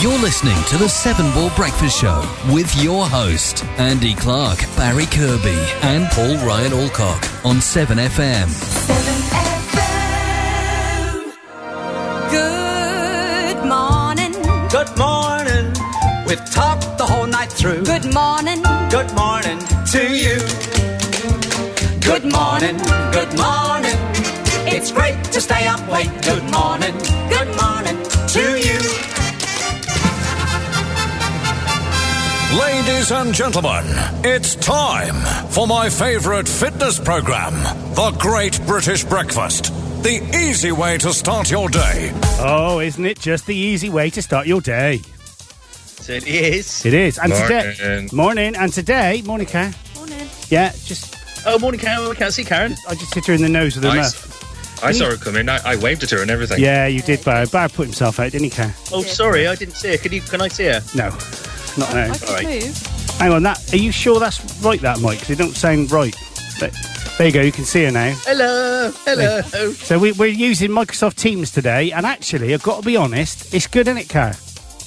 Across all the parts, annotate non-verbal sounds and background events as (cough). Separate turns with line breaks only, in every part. You're listening to the Seven Ball Breakfast Show with your host, Andy Clark, Barry Kirby, and Paul Ryan Alcock on 7FM.
Good morning.
Good morning. We've talked the whole night through.
Good morning.
Good morning to you. Good morning. Good morning. It's great to stay up late. Good morning. Good morning to you.
Ladies and gentlemen, it's time for my favorite fitness program, The Great British Breakfast. The easy way to start your day.
Oh, isn't it just the easy way to start your day?
It is.
It is. And today
Morning.
Morning, and today morning, Karen.
Morning.
Yeah, just
Oh, morning, Karen. We can't see Karen.
I just hit her in the nose with a
I,
muff.
s- I saw her come in. I, I waved at her and everything.
Yeah, you did, Barry. Barry put himself out, didn't he, Karen?
Oh, sorry, I didn't see her. Can you? Can I see her?
No. Not now.
I can
All right.
move.
Hang on, that are you sure that's right that mic? 'Cause it don't sound right. But, there you go, you can see her now.
Hello. Hello.
So we, we're using Microsoft Teams today, and actually, I've got to be honest, it's good, isn't it, Karen?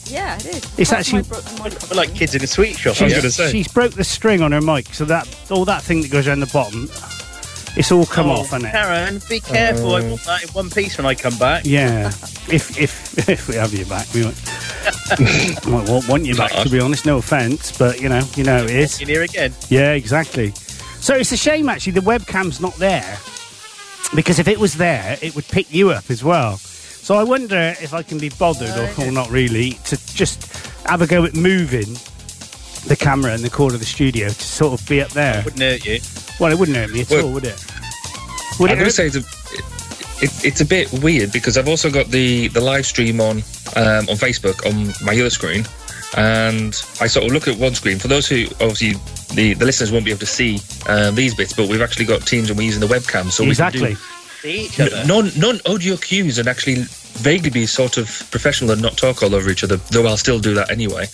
Yeah, it is.
It's
That's
actually-
my bro- my-
We're like kids in a sweet shop. I
She's,
was going to say.
she's broke the string on her mic, so that all that thing that goes around the bottom, it's all come
Oh,
off, hasn't it?
Karen, be careful. I want that in one piece when I come back.
Yeah, if if (laughs) if we have you back, we might, might (laughs) want, want you back. To be honest, no offence, but you know, you know how it is.
In here again.
Yeah, exactly. So it's a shame actually the webcam's not there because if it was there, it would pick you up as well. So I wonder if I can be bothered or, or not really to just have a go at moving the camera in the corner of the studio to sort of be up there.
Wouldn't hurt you.
Well, it wouldn't hurt me at
Well-
all, would it? Would
I'm
it hurt?
going to say it's a, it, it's a bit weird because I've also got the the live stream on um, on Facebook on my other screen, and I sort of look at one screen. For those who obviously the, the listeners won't be able to see um, these bits, but we've actually got Teams and we're using the webcam, so
exactly.
See each
we can
other.
do non non audio cues and actually vaguely be sort of professional and not talk all over each other. Though I'll still do that anyway.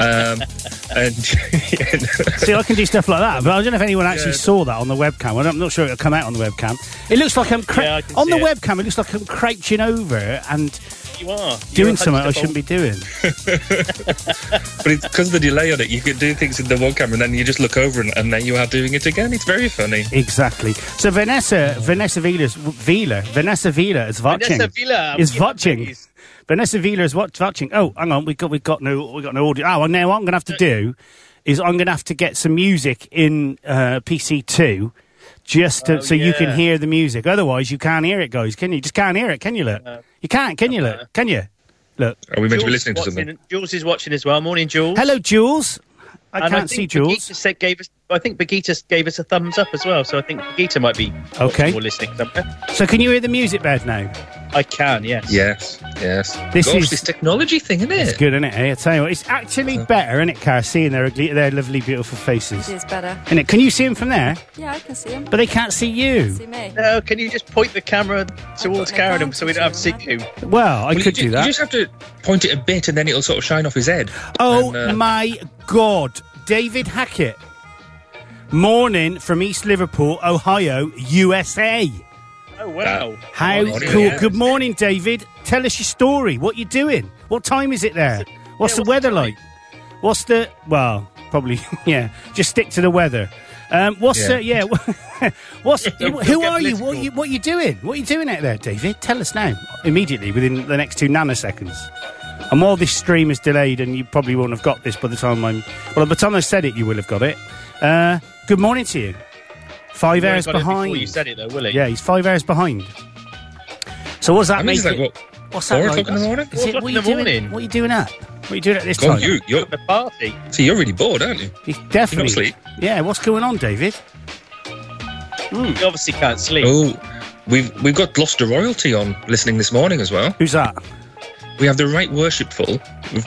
Um, (laughs) and (laughs)
See, I can do stuff like that, but I don't know if anyone actually
Yeah.
saw that on the webcam. I'm not sure it'll come out on the webcam. It looks like I'm cra-
Yeah, I can
on
see
the
it.
webcam. It looks like I'm crouching over and
You are You're
doing
a
something I
hunched
shouldn't be doing.
But it's because of the delay on it, you could do things in the one camera, and then you just look over, and, and there you are doing it again. It's very funny.
Exactly. So Vanessa, Vanessa Vila's Vila, Vanessa Vila is
old-
watching.
Vanessa Villa
is
yeah,
watching.
please.
Vanessa Vila is watch, watching. Oh, hang on, we got we got no we got no audio. Oh, well, now what I'm going to have to do is I'm going to have to get some music in uh, PC two. Just to,
Oh,
so you can
yeah.
hear the music. Otherwise, you can't hear it, guys. Can you? Just can't hear it. Can you look?
Uh-huh.
you can't. Can you look? Can you look?
Are we
Jules,
meant to be listening to
is
something?
watching- Jules is watching as well. Morning, Jules.
Hello, Jules. I
And
can't
think
see Jules.
Birgitta said- gave us. I think Begita gave us a thumbs up as well. So I think Begita might be watching
Okay.
or listening somewhere.
So can you hear the music bed now?
I can. Yes.
Yes, yes.
This
Gosh,
is-
this technology thing, isn't
It's
it?
good, isn't it? eh? I tell you what, it's actually better, isn't it, Cara? Seeing their ugly, their lovely, beautiful faces.
It is better.
Isn't it? Can you see them from there?
Yeah, I can see him.
But they can't see you.
See me.
No, Uh, can you just point the camera towards
no
Karen
time
so we
to
don't have to
see
see
you,
you?
Well, I
Well,
could do
you, ju-
that.
You just have to point it a bit, and then it'll sort of shine off his head.
Oh
And, uh,
my God. David Hackett. Morning from East Liverpool, Ohio, USA.
Oh wow!
How
Morning,
cool.
yeah.
Good morning, David. Tell us your story. What you doing? What time is it there? What's
yeah,
the
what's
weather
the time?
like? What's the. Well, probably, (laughs) yeah. Just stick to the weather. Um, what's
Yeah.
the. Yeah. (laughs) wha-
(laughs)
what's. who
get
are you? What,
political.
you? what you doing? What are you doing out there, David? Tell us now. Immediately, within the next two nanoseconds. And while this stream is delayed, and you probably won't have got this by the time I'm. Well, by the time I said it, you will have got it. Uh, good morning to you. Five
You won't
hours
have got it before
behind.
You said it though, will it?
Yeah, he's five hours behind. So what's that
I mean,
make?
it's like
it-
what?
what's
four
that like?
o'clock in the morning?
Is it-
Four
what, are you
o'clock in the
doing,
morning?
what are you doing at? What are you doing at this
God,
time?
you, you're,
The party.
see, you're really bored, aren't you?
He's definitely.
asleep.
Yeah, what's going on, David? Hmm.
You obviously can't sleep.
Oh, we've we've got Gloucester royalty on listening this morning as well.
Who's that?
We have the right worshipful,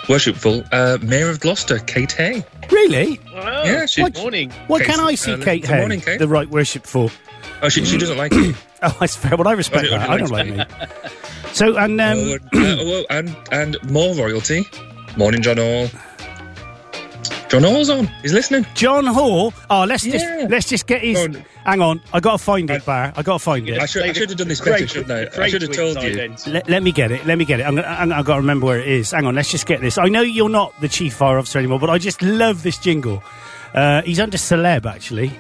worshipful uh, Mayor of Gloucester, Kate Hay.
Really?
Wow.
Yeah, she-
oh, Good morning.
Oh. What
Kate's-
can I
uh,
see,
listen-
Kate?
good
Hay,
morning, Kate.
The right worshipful.
Oh, she, she doesn't like it.
(laughs) Oh, that's fair. Well, I
(laughs)
respect
Oh,
that.
no,
I don't
no,
like me. So and um,
oh, and- uh, oh, and and more royalty. Morning, John All. John Hall's on. He's listening.
John Hall. Oh, let's
Yeah.
just let's just get his.
Go on. Uh,
Hang on, I gotta find it, Bar. I gotta find
I
it.
should, I should have done this better, shouldn't I? I should have told you.
Let, let me get it. Let me get it. I'm gonna, I'm, I've got to remember where it is. Hang on. Let's just get this. I know you're not the chief fire officer anymore, but I just love this jingle. Uh, he's under celeb actually.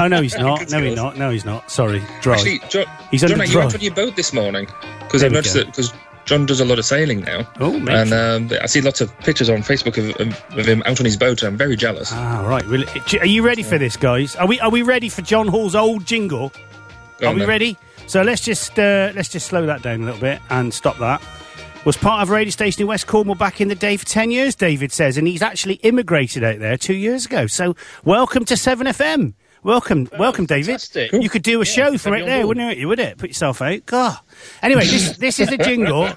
Oh no, he's not. No, he's not. No, he's not. Sorry, drive.
Actually, John,
Oh, He's
John
under
you went
drug.
on your boat this morning because
There
I've
we
noticed
go.
that because John does a lot of sailing now.
Oh, mate.
and um, I see lots of pictures on Facebook of, of, of him out on his boat. and I'm very jealous.
Ah, right. Really, are you ready for this, guys? Are we? Are we ready for John Hall's old jingle?
Go
Are
on
we
then.
ready? So let's just uh, let's just slow that down a little bit and stop that. Was part of a radio station in West Cornwall back in the day for ten years. David says, and he's actually immigrated out there two years ago. So welcome to Seven FM. Welcome, welcome, David.
fantastic.
You could do a show from
have me
right
on
there,
board.
wouldn't it? Would it? Put yourself out. God. Anyway,
(laughs)
this this is the jingle.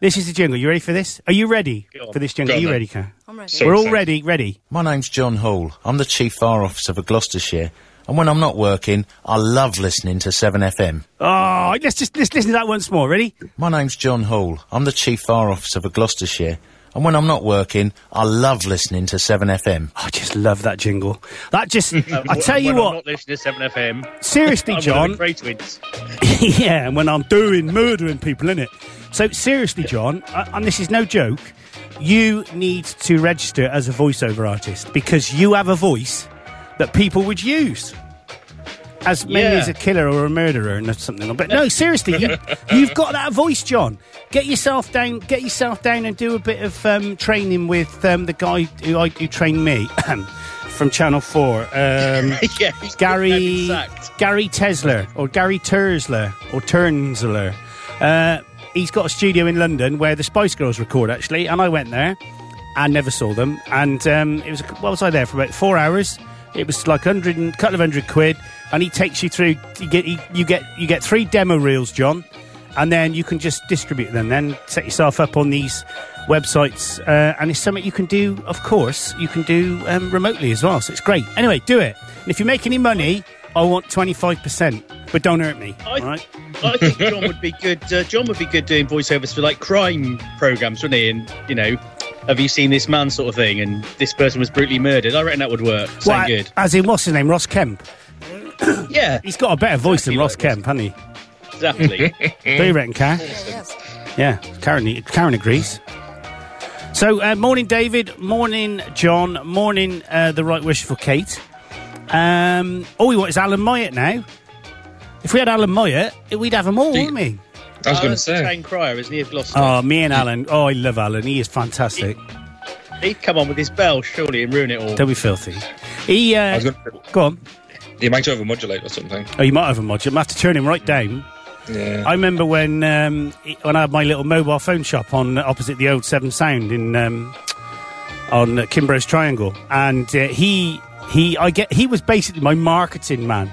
this is the jingle. You ready for this? Are you ready
Go on.
for this jingle?
Go
Are
on
you
then.
ready, Karen?
I'm ready.
So-
We're all
excited.
ready. Ready.
My name's John Hall. I'm the Chief Fire Officer for Gloucestershire. And when I'm not working, I love listening to 7FM.
Oh, let's just let's listen to that once more. Ready?
My name's John Hall. I'm the Chief Fire Officer for Gloucestershire. And when I'm not working, I love listening to 7FM.
Oh, I just love that jingle. That
(laughs)
just, I tell you
when
what,
I'm not listening to Seven FM.
seriously,
(laughs)
(laughs)
I'm
John.
Great twins. (laughs)
yeah, and when I'm doing murdering people, innit? So, seriously, John, I, and this is no joke, you need to register as a voiceover artist because you have a voice that people would use. As maybe
Yeah.
as a killer or a murderer and something, but
(laughs)
no, seriously, you, you've got that voice, John. Get yourself down, get yourself down, and do a bit of um, training with um, the guy who I who trained me (clears throat) from Channel Four.
(laughs)
Um,
yeah,
(laughs)
he's
Gary
he's sacked.
Gary Tesler or Gary Tersler or Turnsler. Uh, he's got a studio in London where the Spice Girls record actually, and I went there. I never saw them, and um, it was what was I there for about four hours? It was like hundred and couple of hundred quid, and he takes you through. You get he, you get you get three demo reels, John, and then you can just distribute them. Then set yourself up on these websites, uh, and it's something you can do. Of course, you can do um, remotely as well, so it's great. Anyway, do it. And if you make any money, I want twenty five percent, but don't hurt me.
I,
all right?
I think John would be good. Uh, John would be good doing voiceovers for like crime programs, wouldn't he? And you know, have you seen this man sort of thing? And this person was brutally murdered. I reckon that would work. Sound
Well,
good.
As in, what's his name? Ross Kemp.
Yeah,
He's got a better voice than
Exactly Eh.
Ross
like Ross
Kemp, hasn't he? (laughs)
exactly.
Do you reckon, Car?
Yes.
Yeah, Karen, Karen agrees. So, uh, morning, David. Morning, John. Morning, uh, the right wish for Kate. Um, all we want is Alan Myatt now. If we had Alan Myatt, we'd have them all,
Do you-
wouldn't we?
I was going to
Alan's the
say.
Town crier, isn't he, of Gloucester?
Oh, me and Alan. Oh, I love Alan. He is fantastic.
He'd come on with his bell, surely, and ruin it all.
Don't be filthy. He, uh,
was gonna-
go on.
He might overmodulate or something.
Oh, you might have a module. I have to turn him right down.
Yeah.
I remember when um, it- when I had my little mobile phone shop on opposite the old Seven Sound in um, on uh, Kimbrough's Triangle, and uh, he he I get he was basically my marketing man.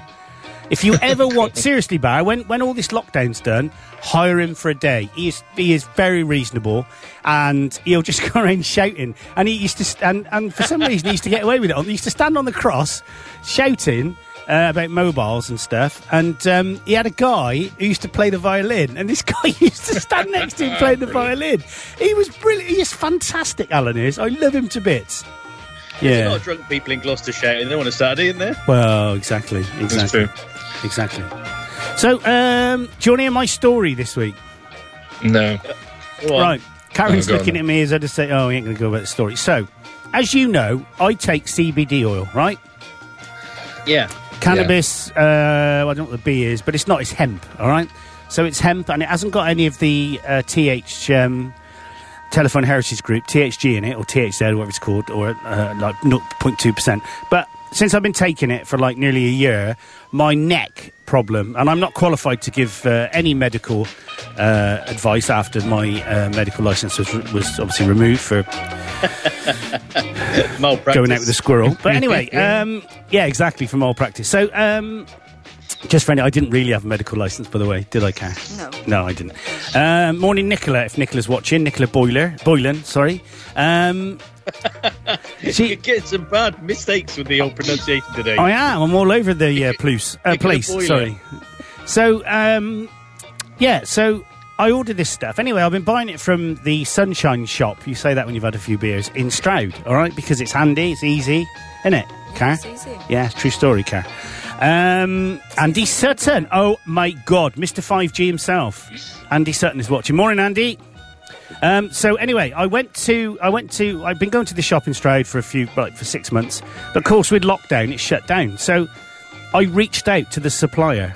If you ever want seriously, Barry, when when all this lockdown's done, hire him for a day. He is he is very reasonable, and he'll just (laughs) go around shouting. And he used to st- and and for some reason he used to get away with it. He used to stand on the cross, shouting. Uh, about mobiles and stuff, and um, he had a guy who used to play the violin, and this (laughs) guy used to stand next to him playing the violin. He was brilliant. He is fantastic. Alan is. I love him to bits.
There's a lot
Yeah.
of drunk people in Gloucester shouting. They want to start in there.
Well, exactly. Exactly.
That's true.
Exactly. So, um, do you want to hear my story this week?
No.
Go on.
Right. Karen's
Oh, go on
looking
then.
at me as I just say, oh, we ain't going to go about the story. So, as you know, I take CBD oil, right?
Yeah.
Cannabis, uh, well, I don't know what the B is, but it's not, it's hemp, all right? So it's hemp and it hasn't got any of the uh, TH, um, Telephone Heritage Group, THG in it, or THZ, whatever it's called, or uh, like 0.2%. But since I've been taking it for like nearly a year, my neck problem, and I'm not qualified to give uh, any medical uh, advice after my uh, medical license was, was obviously removed for
Malpractice.
going out with a squirrel. But anyway, um, yeah, exactly, from old practice. So, um, just friendly, I didn't really have a medical license, by the way, did I, Car?
No.
No, I didn't. Um, morning, Nicola, if Nicola's watching. Nicola Boiler, Boylan, sorry. Um,
You
she,
get some bad mistakes with the old pronunciation today.
I am, Oh, I'm all over the uh, police. Uh,
Nicola
police
Boylan.
sorry. So, um, yeah, so I ordered this stuff. Anyway, I've been buying it from the Sunshine Shop. You say that when you've had a few beers in Stroud, all right? Because it's handy, it's easy, isn't it, Car?
It's easy.
Yeah, true story, Car. Um, Andy Sutton. Oh my God, Mr. 5G himself. Andy Sutton is watching. Morning, Andy. Um, so anyway, I went to I went to I've been going to the shop in Stroud for a few like for six months, but of course with lockdown it shut down. So I reached out to the supplier,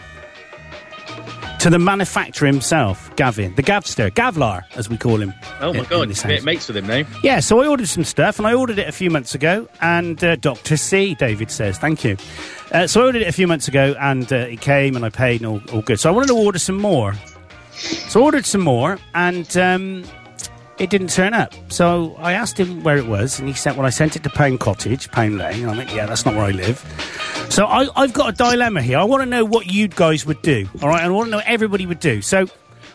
to the manufacturer himself, Gavin, the Gavster, Gavlar as we call him.
Oh my
in- in
god,
this
you're
house.
mates with him now.
Yeah, so I ordered some stuff, and I ordered it a few months ago. And uh, Doctor C, David says, thank you. Uh, so I ordered it a few months ago, and uh, it came, and I paid, and all, all good. So I wanted to order some more. So I ordered some more, and um, it didn't turn up. So I asked him where it was, and he said, "Well, I sent it to Pound Cottage, Pound Lane." And I went, "Yeah, that's not where I live." So I, I've got a dilemma here. I want to know what you guys would do. All right, I want to know what everybody would do. So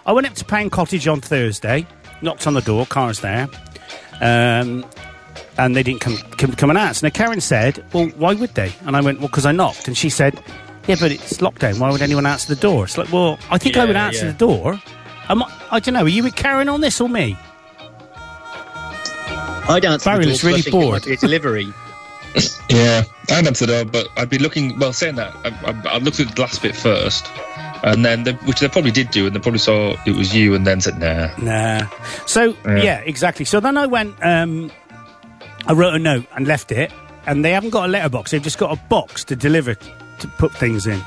I went up to Pound Cottage on Thursday, knocked on the door, car's there, um, and they didn't come, come come and ask. Now Karen said, "Well, why would they?" And I went, "Well, because I knocked." And she said, "Yeah, but it's lockdown. Why would anyone answer the door?" It's like, well, I think I would
Yeah,
answer
yeah.
the door. Am I, I don't know. Are you with Karen on this or me?
I dance.
Barry looks really bored.
delivery.
Yeah, I'd answer the door, but I'd be looking. Well, saying that, I, I, I looked at the last bit first, and then they, which they probably did do, and they probably saw it was you, and then said, "Nah."
Nah. So yeah, exactly. So then I went. Um, I wrote a note and left it, and they haven't got a letterbox. They've just got a box to deliver to put things in.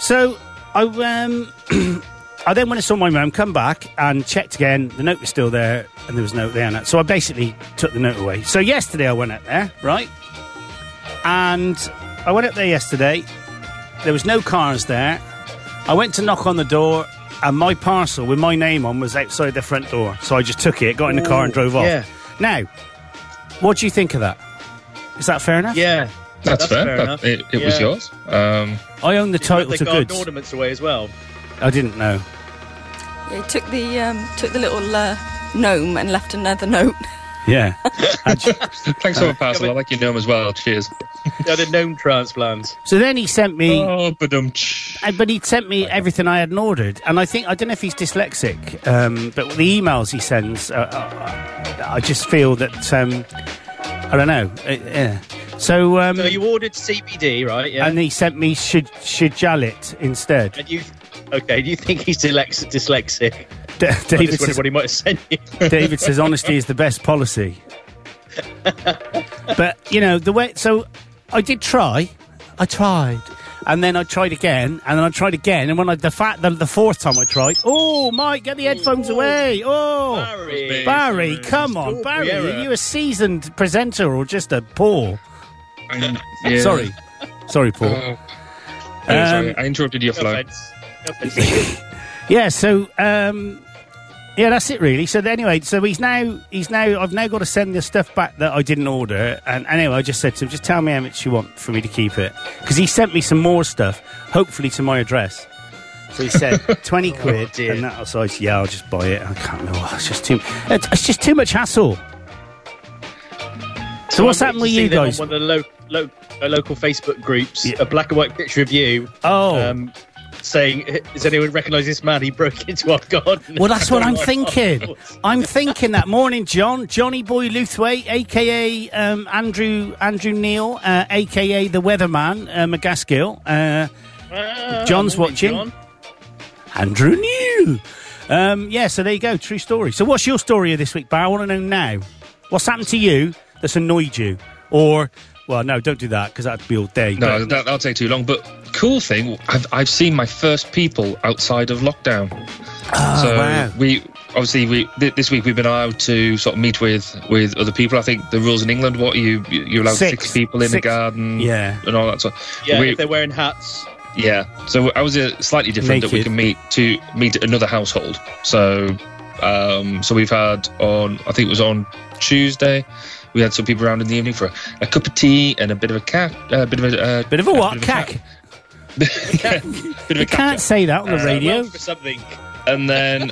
So I um, (clears throat) I then went and saw my mum, come back and checked again. The note was still there, and there was no note there. on it. So I basically took the note away. So yesterday I went up there, right? And I went up there yesterday. There was no cars there. I went to knock on the door, and my parcel with my name on was outside the front door. So I just took it, got in the car, and drove off.
yeah.
Now, what do you think of that? Is that fair enough?
(laughs) Yeah,
That's, fair. That-
enough.
it it was
Yeah.
yours. Um,
I own the
But
title
They
to
garden
goods.
ornaments away as well.
I didn't know.
Yeah, he took the um, took the little uh, gnome and left another note. (laughs)
(laughs)
Yeah.
thanks for the parcel. I like your gnome as well. Cheers.
They had a gnome transplant.
so then he sent me.
Oh, but um,
Uh, But he sent me everything I hadn't ordered, and I think I don't know if he's dyslexic, um, but the emails he sends, uh, uh, I just feel that um, I don't know. Uh, yeah. So, um,
So you ordered CBD, right? Yeah.
and he sent me Shij- Shijalit instead.
And you, okay, do you think he's dylex- dyslexic?
D- (laughs)
I
David
just wondered
says,
what he might have sent you.
David says honesty is the best policy. but you know the way. So I did try. I tried, and then I tried again, and then I tried again, and when I the fact the, the fourth time I tried, oh Mike, get the headphones away! Oh
Barry.
Barry, come on,
Strawberry
Barry,
error.
are you a seasoned presenter or just a poor?
yeah.
Sorry, sorry, Paul.
Oh. Yeah, sorry,
Um,
I interrupted your
No
flow.
offence. No offence.
Yeah, so um, yeah, that's it really. So th- anyway, so he's now he's now I've now got to send the stuff back that I didn't order. And anyway, I just said to him, just tell me how much you want for me to keep it because he sent me some more stuff, hopefully to my address. So he said twenty quid,
dear.
and that was I said, yeah, I'll just buy it. I can't know, it's just too it's, it's just too much hassle. (laughs) So what's
I'm
happened
waiting
with
to see
you
them on
guys?
One of the lo- lo- uh, local Facebook groups,
Yeah.
a black and white picture of you.
Oh.
Um, saying, does anyone recognise this man? He broke into our garden.
Well, that's
(laughs)
what I'm
Like,
thinking.
oh,
I'm thinking that morning, John, Johnny Boy Luthwaite, aka um, Andrew Andrew Neil, uh, aka the Weatherman uh, McGaskill, uh,
ah,
John's
morning,
watching.
John.
Andrew Neil. Um, yeah, so there you go, true story. So, what's your story of this week, Barry? I want to know now. What's happened to you that's annoyed you, or well, no, don't do that because that'd be all day.
No,
but-
that, that'll take too long. But cool thing, I've, I've seen my first people outside of lockdown. so
Ah, wow.
we obviously we th- this week we've been allowed to sort of meet with with other people. I think the rules in England, what you you- you're allowed six,
Six.
people in the
Six.
garden,
Yeah.
and all that sort.
Yeah,
We-
if they're wearing hats.
yeah. So I was uh, slightly different that we
Naked.
can meet to meet another household. So, um, so we've had on I think it was on Tuesday. We had some people around in the evening for a, a cup of tea and a bit of a cat, a bit of a uh,
bit of a what?
cat-
Cack.
(laughs) bit of
You
a
can't
cat.
say that on the radio.
Well, for something.
And then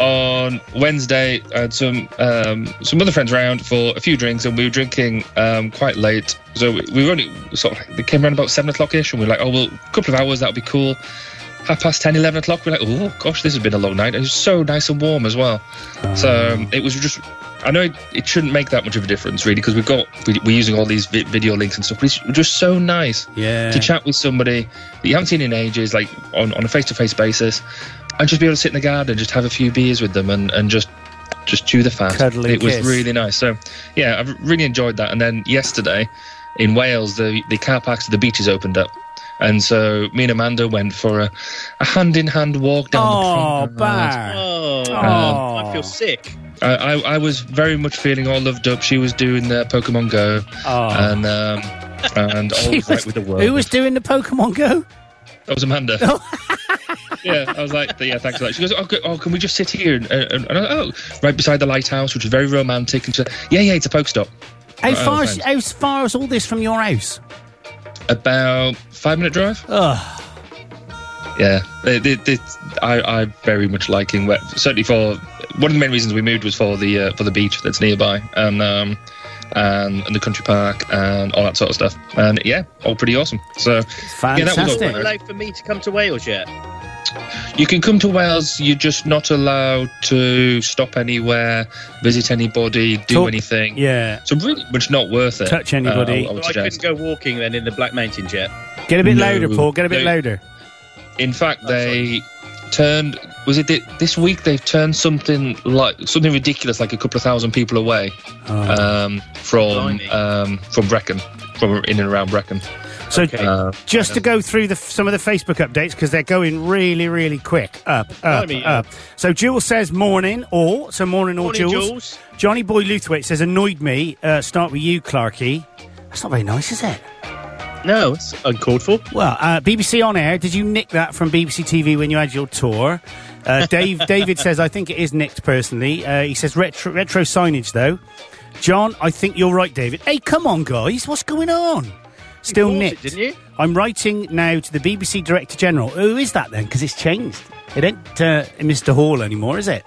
on Wednesday, I had some um, some other friends around for a few drinks, and we were drinking um, quite late. So we, we were only sort of like, they came around about seven o'clock ish, and we were like, oh well, a couple of hours that'll be cool. half past 10, 11 o'clock, we're like, oh gosh, this has been a long night. It was so nice and warm as well. So um, it was just, I know it, it shouldn't make that much of a difference really because we've got, we, we're using all these vi- video links and stuff, but it's just so nice
Yeah.
to chat with somebody that you haven't seen in ages, like on, on a face to face basis, and just be able to sit in the garden and just have a few beers with them and, and just just chew the fat.
Cuddle and
it was
kiss.
really nice. So yeah, I've really enjoyed that. And then yesterday in Wales, the the car parks at the beaches opened up. And so me and Amanda went for a, a hand-in-hand walk down (laughs)
Oh,
the promenade.
bad.
Oh,
Aw.
I feel sick.
I, I, I was very much feeling all loved up. She was doing the Pokemon Go,
Oh.
and um, and
(laughs)
all
She
was right
was-
with the world.
Who was doing the Pokemon Go?
That
(laughs)
was Amanda. yeah, I was like, yeah, thanks for that. She goes, oh, good, oh can we just sit here? And, and, and I, oh, right beside the lighthouse, which is very romantic. And she said, yeah, yeah, it's a poke stop.
How
Oh,
far, is,
thanks.
how far is all this from your house?
About five minute drive.
Ugh.
Yeah, It- it- it- I, I very much liking wet. Certainly for one of the main reasons we moved was for the uh, for the beach that's nearby and um and, and the country park and all that sort of stuff. And yeah, all pretty awesome. So yeah, that was all
Fantastic.
quite
Not
nice.
allowed for me to come to Wales yet.
You can come to Wales. You're just not allowed to stop anywhere, visit anybody, do
Talk-
anything.
Yeah.
So really, much not worth it.
Touch anybody.
Uh, I would
So I couldn't
suggest.
go walking then in the Black Mountain jet.
Get a bit
No.
louder, Paul. Get a bit
No.
louder.
In fact, they turned. Was it thi- this week? They've turned something like something ridiculous, like a couple of thousand people away
Oh.
um, from
Blimey.
um, from Brecon, from in and around Brecon.
So,
Uh,
Um,
just to go through the, some of the Facebook updates because they're going really, really quick. Up, up,
Blimey, yeah.
up. So, Jules says morning or so morning or
Morning,
Jules.
Jules.
Johnny Boy Luthwaite says annoyed me. Uh, start with you, Clarky. That's not very nice, is it?
No, it's uncalled for.
Well, uh, BBC On Air. Did you nick that from BBC TV when you had your tour? Uh, Dave
(laughs)
David says I think it is nicked personally. Uh, he says retro, retro signage though. John, I think you're right, David. Hey, come on, guys, what's going on? Still
bought it,
nicked,
didn't you?
I'm writing now to the BBC Director General. Who is that then? Because it's changed. It ain't uh, Mr. Hall anymore, is it?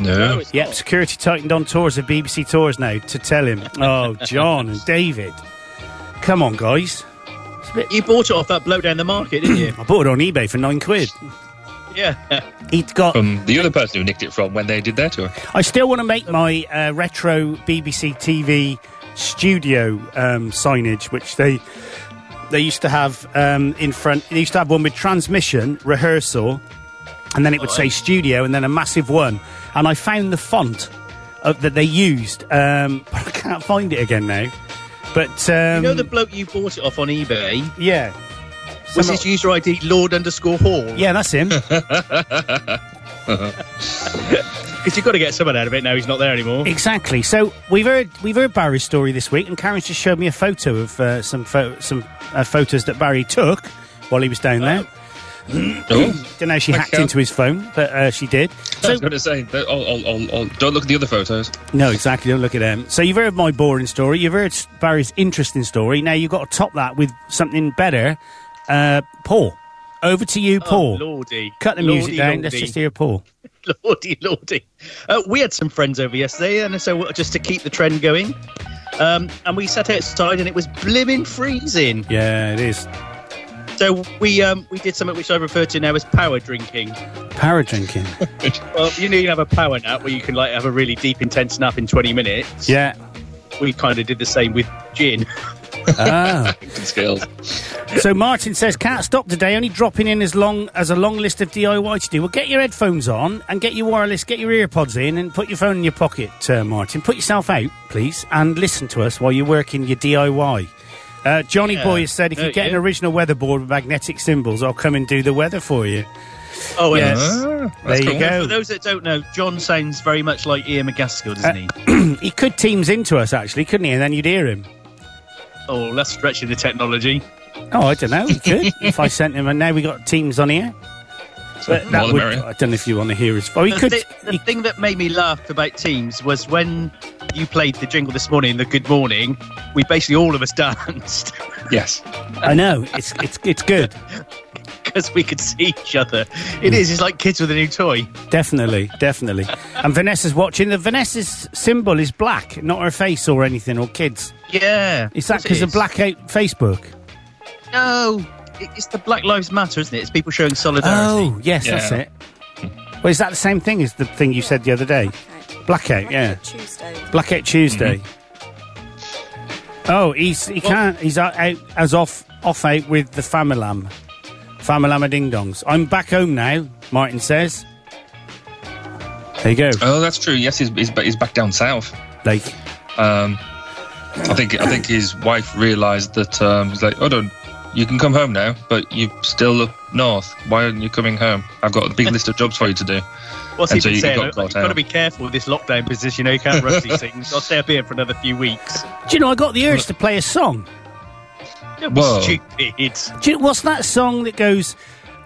no,
it's
Yep,
not.
security tightened on tours of BBC Tours now to tell him. Oh, John and David, come on, guys.
You bought it off that bloke down the market,
(clears throat)
didn't you?
I bought it on eBay for nine quid.
yeah.
He'd got.
from the other person who nicked it from when they did their tour.
I still want to make my uh, retro BBC TV studio um, signage, which they they used to have um, in front. They used to have one with transmission, rehearsal, and then it would say studio, and then a massive one. And I found the font of, that they used, um, (laughs) but I can't find it again now. But um,
you know the bloke you bought it off on eBay?
yeah,
Was
Some-
his user ID Lord underscore Hall?
yeah, that's him.
Because you've got to get someone out of it now he's not there anymore.
Exactly. So we've heard we've heard Barry's story this week, and Karen's just showed me a photo of uh, some pho- some uh, photos that Barry took while he was down there.
Oh.
Don't know how she
Thanks,
hacked
Karen.
into his phone, but uh, she did.
I
So
was going to say, that- oh, oh, oh, oh, don't look at the other photos.
no, exactly. Don't look at them. So you've heard my boring story. You've heard s- Barry's interesting story. Now you've got to top that with something better. Uh, Paul, over to you, Paul.
Oh, Lordy.
Cut the music
Lordy,
down.
lordy.
Let's just hear Paul.
(laughs) Lordy, lordy. Uh, we had some friends over yesterday, and so just to keep the trend going, um, and we sat outside, and it was blimming freezing.
Yeah, it is.
So we um, we did something which I refer to now as power drinking.
Para drinking. (laughs)
Well, you know, you have a power nap where you can like have a really deep, intense nap in twenty minutes. (laughs)
yeah.
we kind of did the same with gin.
Oh.
Fucking Skills.
So Martin says, can't stop today, only dropping in as long as a long list of DIY to do. Well, get your headphones on and get your wireless, get your earpods in and put your phone in your pocket, uh, Martin. Put yourself out, please, and listen to us while you're working your DIY. Uh, Johnny Boy has said, if you
there
get
you
an
go.
original weather board with magnetic symbols, I'll come and do the weather for you.
Oh,
Yes.
yes.
Ah,
There
that's
you
cool.
go.
For those that don't know, John sounds very much like Ian McGaskill, doesn't he?
He could teams into us, actually, couldn't he? And then you'd hear him.
Oh, that's stretching the technology.
Oh, I don't know. He
(laughs)
could. if I sent him, and now we got teams on here. But
More
that
the
would,
merrier.
I don't know if you want to hear his. Oh,
(laughs)
he
The,
could.
thi- the
he-
thing that made me laugh about Teams was when you played the jingle this morning, the Good Morning. We basically all of us (laughs) danced
Yes.
I know. It's it's it's good.
because we could see each other. It is. It's like kids with a new toy.
Definitely, definitely. And Vanessa's watching. The Vanessa's symbol is black, not her face or anything or kids.
Yeah.
Is that
Yes, it
because of blackout Facebook?
No. it's the Black Lives Matter, isn't it? It's people showing solidarity.
Oh, yes, that's
Yeah.
it. Well, is that the same thing as the thing you said the other day?
Blackout.
Blackout, yeah.
Tuesday.
Blackout Tuesday. Oh, he's he can't. He's out, out as off off out with the Familam, Famalama ding dongs. I'm back home now. Martin says. There you go,
Oh, that's true. Yes, he's, he's, ba- he's back down south.
Blake.
Um, I think I think his wife realised that um, he's like, hold on, you can come home now, but you still look north. Why aren't you coming home? I've got a big list of jobs for you to do.
What's
And
he
so
been
you
saying?
got
Like,
caught
You've got to
out.
be careful with this lockdown business. You know, you can't rush these things. I'll stay up here for another few weeks.
Do you know I got the urge to play a song?
Don't be
Whoa.
stupid.
Do you, what's that song that goes?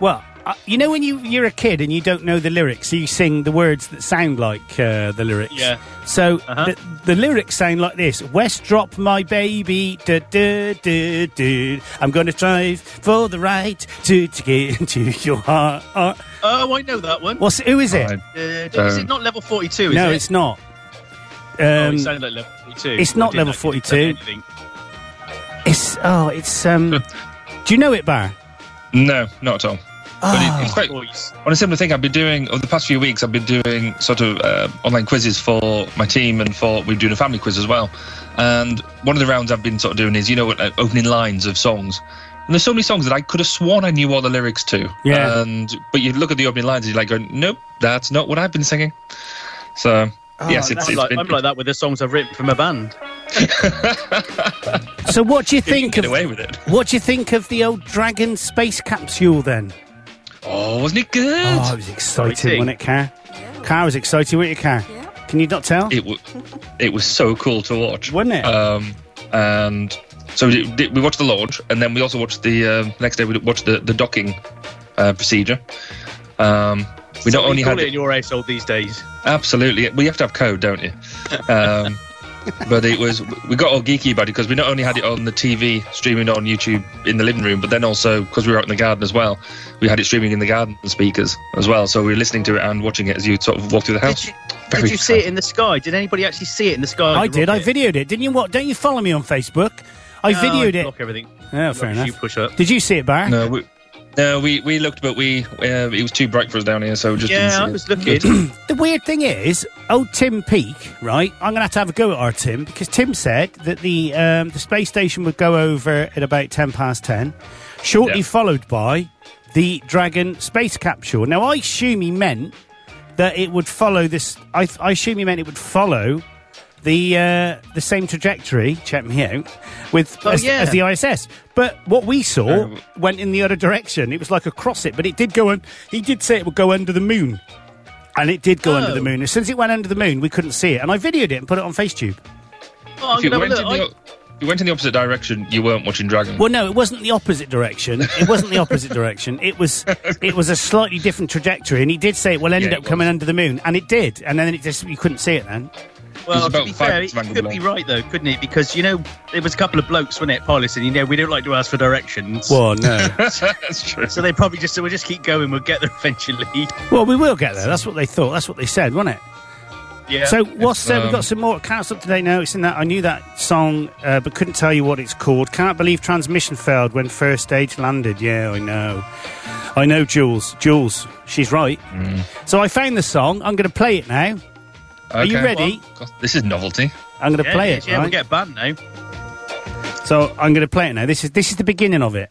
Well, uh, you know when you you're a kid and you don't know the lyrics, so you sing the words that sound like uh, the lyrics.
Yeah.
So
Uh-huh.
the, the lyrics sound like this: West drop my baby, da da da da. I'm gonna strive for the right to to get into your heart. Uh,
Oh, I know that one.
what's who is it?
Right.
Uh, is it
Um,
not level 42? Is
no,
it?
it's not.
Oh,
Um,
it sounded like level 42.
it's
I
not
didn't
level
know it
42.
did anything.
it's oh, it's
(laughs)
um. do you know it, Bar?
No, not at all. But it- it's quite,
Voice.
on a similar thing, I've been doing over the past few weeks. I've been doing sort of uh, online quizzes for my team, and for we're doing a family quiz as well. And one of the rounds I've been sort of doing is you know uh, opening lines of songs. And there's so many songs that I could have sworn I knew all the lyrics to.
Yeah.
And but you look at the opening lines and you're like, going, nope, that's not what I've been singing. So yes, it's,
I'm,
it's
like,
been
I'm like that with the songs I've written for my band.
So what do you think
get
of?
away with it.
What do you think of the old Dragon space capsule then?
Oh, wasn't it good?
Oh, it was exciting,
Exciting.
wasn't it, Car? Car was exciting, weren't you, Car?
Yeah.
Can you not tell?
it was it was so cool to watch,
Wasn't it?
Um, and so we, did- we watched the launch, and then we also watched the um next day. We watched the the docking uh, procedure. Um, we
Something
not only
call
had
it in your household these days.
absolutely, well, you have to have code, don't
(laughs)
you? Um, but it was we got all geeky about it because we not only had it on the TV streaming on YouTube in the living room, but then also because we were out in the garden as well, we had it streaming in the garden speakers as well. So we were listening to it and watching it as you sort of walked through the house.
Did you,
Very
did you see it
exciting.
in the sky? Did anybody actually see it in the sky?
I did. I
Rocket?
videoed it. Didn't you? What? Don't you follow me on Facebook? I
No,
videoed it.
Block everything.
Oh,
Block
fair
You
enough.
push up.
Did you see it, Barry?
No, we, no, we, we looked, but we uh, it was too bright for us down here, so we just
Yeah, I
Didn't
was
see it.
looking.
The weird thing is, old Tim Peake, right? I'm going to have to have a go at our Tim because Tim said that the um, the space station would go over at about ten past ten, shortly
Yeah.
followed by the Dragon space capsule. Now, I assume he meant that it would follow this. I, I assume he meant it would follow the uh, the same trajectory. Check me out with
Oh,
as,
yeah. Um,
as the ISS. But what we saw
Uh, w-
went in the other direction. It was like across it, but it did go. Un- he did say it would go under the moon. And it did go under the
Oh.
moon. As soon as it went under the moon, we couldn't see it. And I videoed it and put it on FaceTube.
Oh, I'm
If you,
gonna have
went
a
in
look. I-
the, if you went in the opposite direction, you weren't watching Dragon.
Well, no, it wasn't the opposite direction. It wasn't the (laughs) opposite direction. It was it was a slightly different trajectory. And he did say it will end
Yeah, it
up coming
was.
under the moon, and it did. And then it just you couldn't see it then.
Well, to
about
be
five
fair,
minutes
it
of Angle
could be
Blow.
right though, couldn't it? Because you know, it was a couple of blokes, wasn't it, pilots, and you know, we don't like to ask for directions.
Well, no.
(laughs) That's true.
So they probably just said, "We'll just keep going. We'll get there eventually."
(laughs)
(laughs)
well, we will get there. That's what they thought. That's what they said, wasn't it?
yeah.
So what's uh, we've
um,
got some more cats up today now. It's in that I knew that song, uh, but couldn't tell you what it's called. Can't believe transmission failed when first stage landed. Yeah, I know, I know, Jules. Jules, she's right.
Mm.
So I found the song. I'm going to play it now.
Are
you ready?
this is novelty.
I'm going to
yeah,
play
yeah,
it.
Yeah,
right?
we'll get banned now.
So I'm going to play it now. This is this is the beginning of it.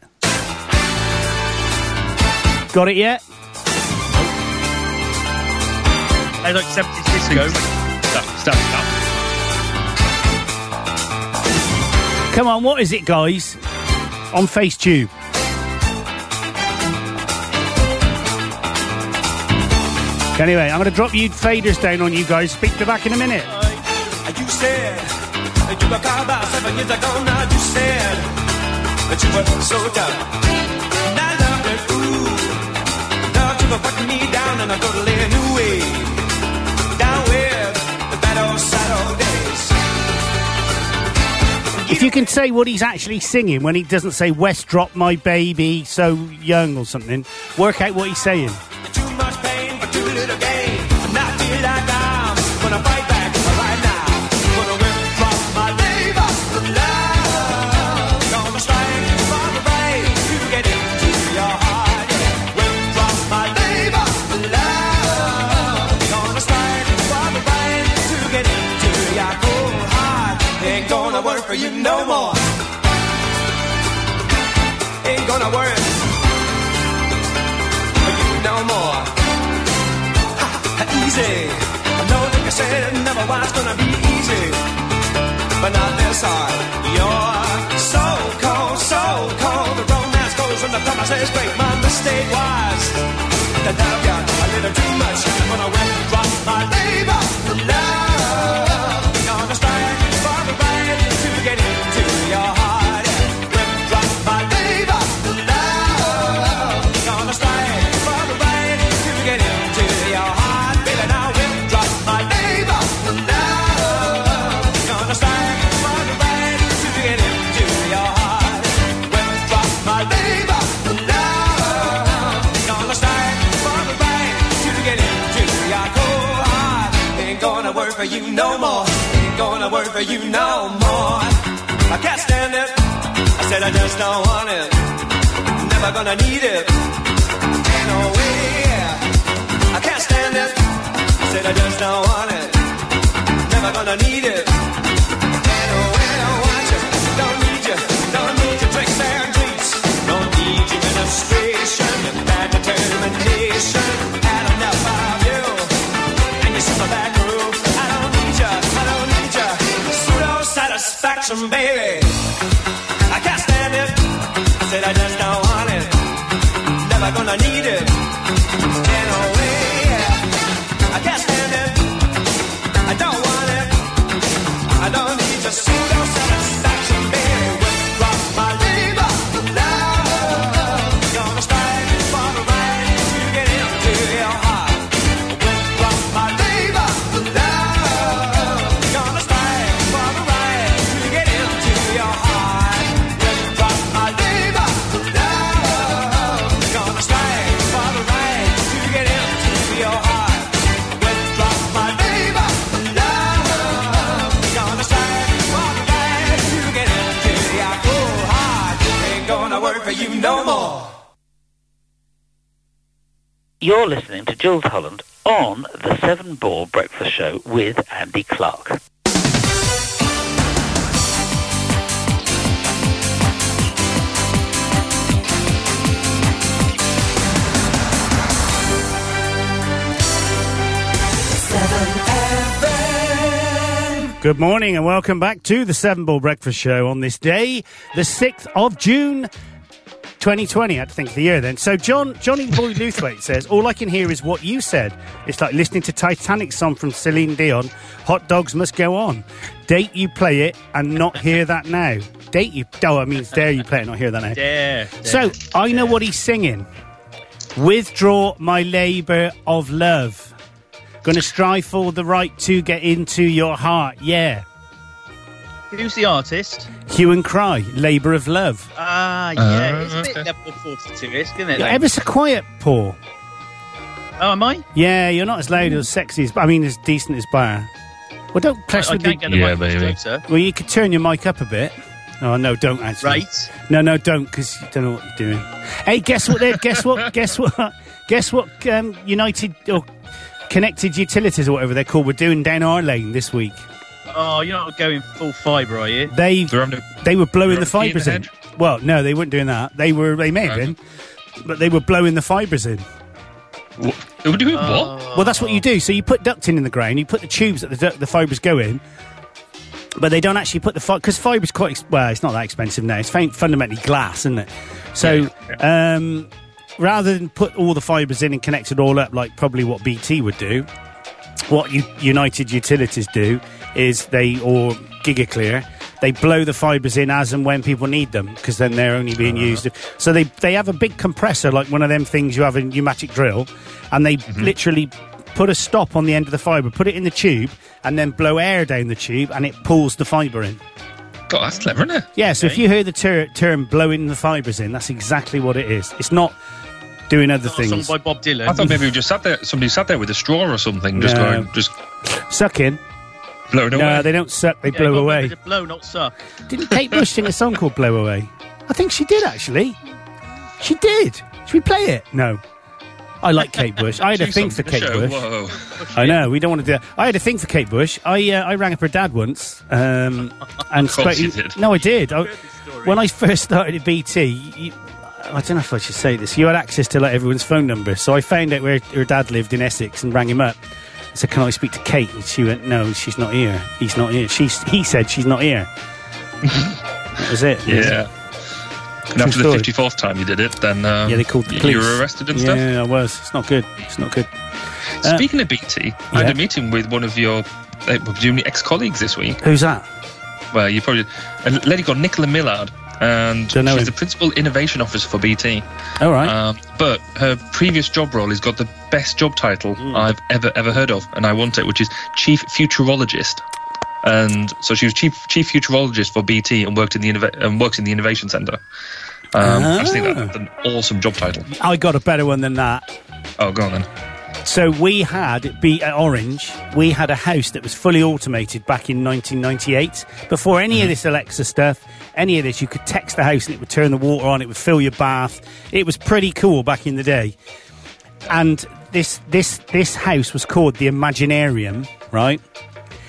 Got it yet?
I like 70s disco.
Stop, stop, stop.
Come on, what is it, guys? On FaceTube. Okay, Anyway, I'm going to drop you faders down on you guys. Speak to back in a minute.
You said that you were about seven years ago. Now you said that you were so tough. Now love that ooh, love you were putting me down in a totally new way. Down with the bad old sad old days.
If you can say what he's actually singing when he doesn't say "West drop my baby so young" or something, work out what he's saying.
Too much pain for too little gain. And I feel like I'm gonna fight back right now. Gonna whip from my labor of love. Gonna strike for the right to get into ain't gonna work for you no more. Ain't gonna work for you no more. Ha, ha, easy. I know that you said it never was gonna be easy, but not this hard. You're so cold, so cold. The romance goes when the promises break. My mistake was that I've got a little too much. I'm gonna wet from my labor. Love, gonna strike for the right to get into your heart. Wet from my labor. Love, gonna strike for the right to get into your heart. Baby, now wet from my labor. Love, gonna strike for the right to get into your heart. Wet from my labor. Love, gonna strike for the right to get into your cold heart. Ain't gonna work for you no more. Ain't gonna work for you no more. I can't stand it. I said I just don't want it. Never gonna need it. Ain't no way. I can't stand it. I said I just don't want it. Never gonna need it. Ain't no way. Don't want you. Don't need you. Don't need your tricks and treats. Don't need your demonstration. Your bad determination. Had enough of you. And you super bad groove. I don't need you. I don't need you. Pseudo satisfaction, baby. I can't stand it. I said I just don't want it. Never gonna need it. Ain't no way. I can't stand it. I don't want it. I don't need your pseudo satisfaction, baby. Withdraw my labor. Love. Gonna strive for the right to get into your heart. Withdraw my labor. Love. Gonna strive for the right to get into your heart. Withdraw my labor. Love. Gonna strive for the right to get into your heart. Withdraw my labor. Love. Gonna strive for the right to get into your cold heart. Ain't gonna work for you no more.
You're listening to Jules Holland on the Seven Ball Breakfast Show with Andy Clark.
Good morning and welcome back to the Seven Ball Breakfast Show on this day, the 6th of June. 2020, I had to think of the year then. So, John, Johnny Boy Luthwaite says, All I can hear is what you said. It's like listening to Titanic song from Celine Dion, Hot Dogs Must Go On. Date you play it and not hear that now. Date you, oh, I mean, dare you play it, not hear that now.
Yeah.
So, I know what he's singing. Withdraw my labour of love. Gonna strive for the right to get into your heart. Yeah.
Who's the artist?
Hue and Cry, Labour of Love.
Ah, yeah.
Uh,
it's a bit
okay.
level 42 ish, isn't it?
You're
though?
ever so quiet, Paul.
oh, am I?
Yeah, you're not as loud or sexy as, I mean, as decent as Bar. Well, don't press
I, I
with the.
can't get the
Yeah,
mic
baby.
closer.
Well, you could turn your mic up a bit. Oh no, don't actually.
Right.
No, no, don't, because you don't know what you're doing. Hey, guess what? They're, guess
(laughs)
what? Guess what? Guess what? Um, United or connected utilities or whatever they're called were doing down our lane this week.
Oh, you're not going full fibre, are you?
They
They're having a-
they were blowing the
they're having a
fibres
key in
in.
the
Well, no, they weren't doing that. They were. They may have been, but they were blowing the fibres in.
Who would do what?
Well, that's what you do. So you put ducting in the ground. You put the tubes that the, duct- the fibres go in, but they don't actually put the because fibre's quite ex- well. It's not that expensive now. It's fin- fundamentally glass, isn't it? So um, rather than put all the fibres in and connect it all up, like probably what BT would do, what U- United Utilities do is they or GigaClear. They blow the fibres in as and when people need them because then they're only
Ah.
being used. So they, they have a big compressor, like one of them things you have in a pneumatic drill, and they
Mm-hmm.
literally put a stop on the end of the fibre, put it in the tube, and then blow air down the tube, and it pulls the fibre in.
God, that's clever, isn't it?
Yeah, so if you hear the ter- term blowing the fibres in, that's exactly what it is. It's not doing other
A song
things.
by Bob Dylan.
I thought maybe we just sat there. Somebody sat there with a straw or something, just
No.
going, just
Sucking.
blowing away.
No, they don't suck, they
Yeah,
blow
got
away.
rid of Oh, Blow, not suck.
Didn't Kate Bush sing a song called Blow Away? I think she did actually. She did. Should we play it? No. I like Kate Bush. I had a
She's
thing
on
for
the
Kate
show,
Bush.
whoa.
I know we don't want to do. That. I had a thing for Kate Bush. I uh, I rang up her dad once,
(laughs)
um, and
course you did.
no, I did. I, when I first started at BT, you, I don't know if I should say this. You had access to like everyone's phone number, so I found out where her dad lived in Essex and rang him up. I said, "Can I speak to Kate?" And she went, "No, she's not here. He's not here. She's he said she's not
(laughs)
here." that was it.
Yeah. And after the
story.
54th time you did it, then um,
Yeah, they called the
you-
police.
You were arrested and
yeah,
stuff.
I was. It's not good. It's not good.
Speaking of BT, I had
yeah.
a meeting with one of your uh, presumably ex-colleagues this week.
Who's that?
Well, you probably a lady called Nicola Millard, and
Don't know
she's
him.
the principal innovation officer for BT.
All right.
Um, but her previous job role has got the best job title
Hmm.
I've ever ever heard of, and I want it, which is chief futurologist. And so she was chief chief futurologist for BT and worked in the innova- and works in the innovation centre. Um, I just think that's an
Ah.
awesome job title.
I got a better one than that.
Oh, go on then.
So we had be at Orange. We had a house that was fully automated back in 1998. Before any of this Alexa stuff, any of this, you could text the house and it would turn the water on. It would fill your bath. It was pretty cool back in the day. And this this this house was called the Imaginarium, right?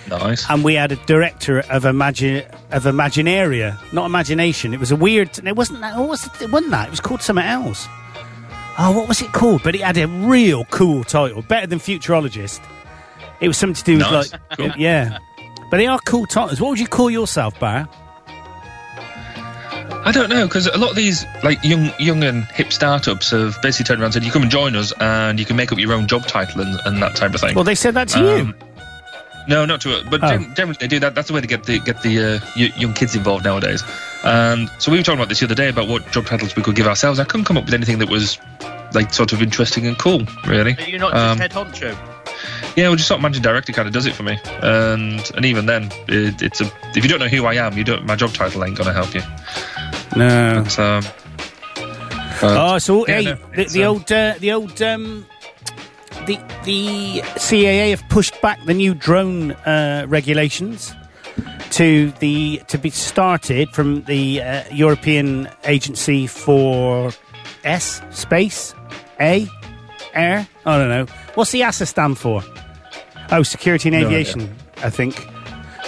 Nice.
and we had a director of imagine of Imaginaria, not imagination. It was a weird. It wasn't that. What was it, it wasn't that. It was called something else. Oh, what was it called? But it had a real cool title, better than futurologist. It was something to do with
Nice.
like,
Cool.
yeah. But they are cool titles. What would you call yourself, Bar?
I don't know because a lot of these like young, young and hip startups have basically turned around and said, "You come and join us, and you can make up your own job title and, and that type of thing."
Well, they said that to
Um,
you.
No, not to it. But
Oh.
gen- generally, they do that. That's the way to get the get the uh, y- young kids involved nowadays. And so we were talking about this the other day about what job titles we could give ourselves. I couldn't come up with anything that was like sort of interesting and cool, really.
Are you not
Um,
just head honcho?
yeah, well, just sort of managing director kind of does it for me. And and even then, it, it's a if you don't know who I am, you don't. My job title ain't gonna help you.
No.
So. uh,
Oh, so
Yeah,
hey,
no,
the,
it's,
the
um,
old, uh, the old, um, the the CAA have pushed back the new drone uh, regulations to the to be started from the uh, European Agency for S Space A Air. I don't know what's the ASA stand for. Oh, security and
idea.
aviation, I think.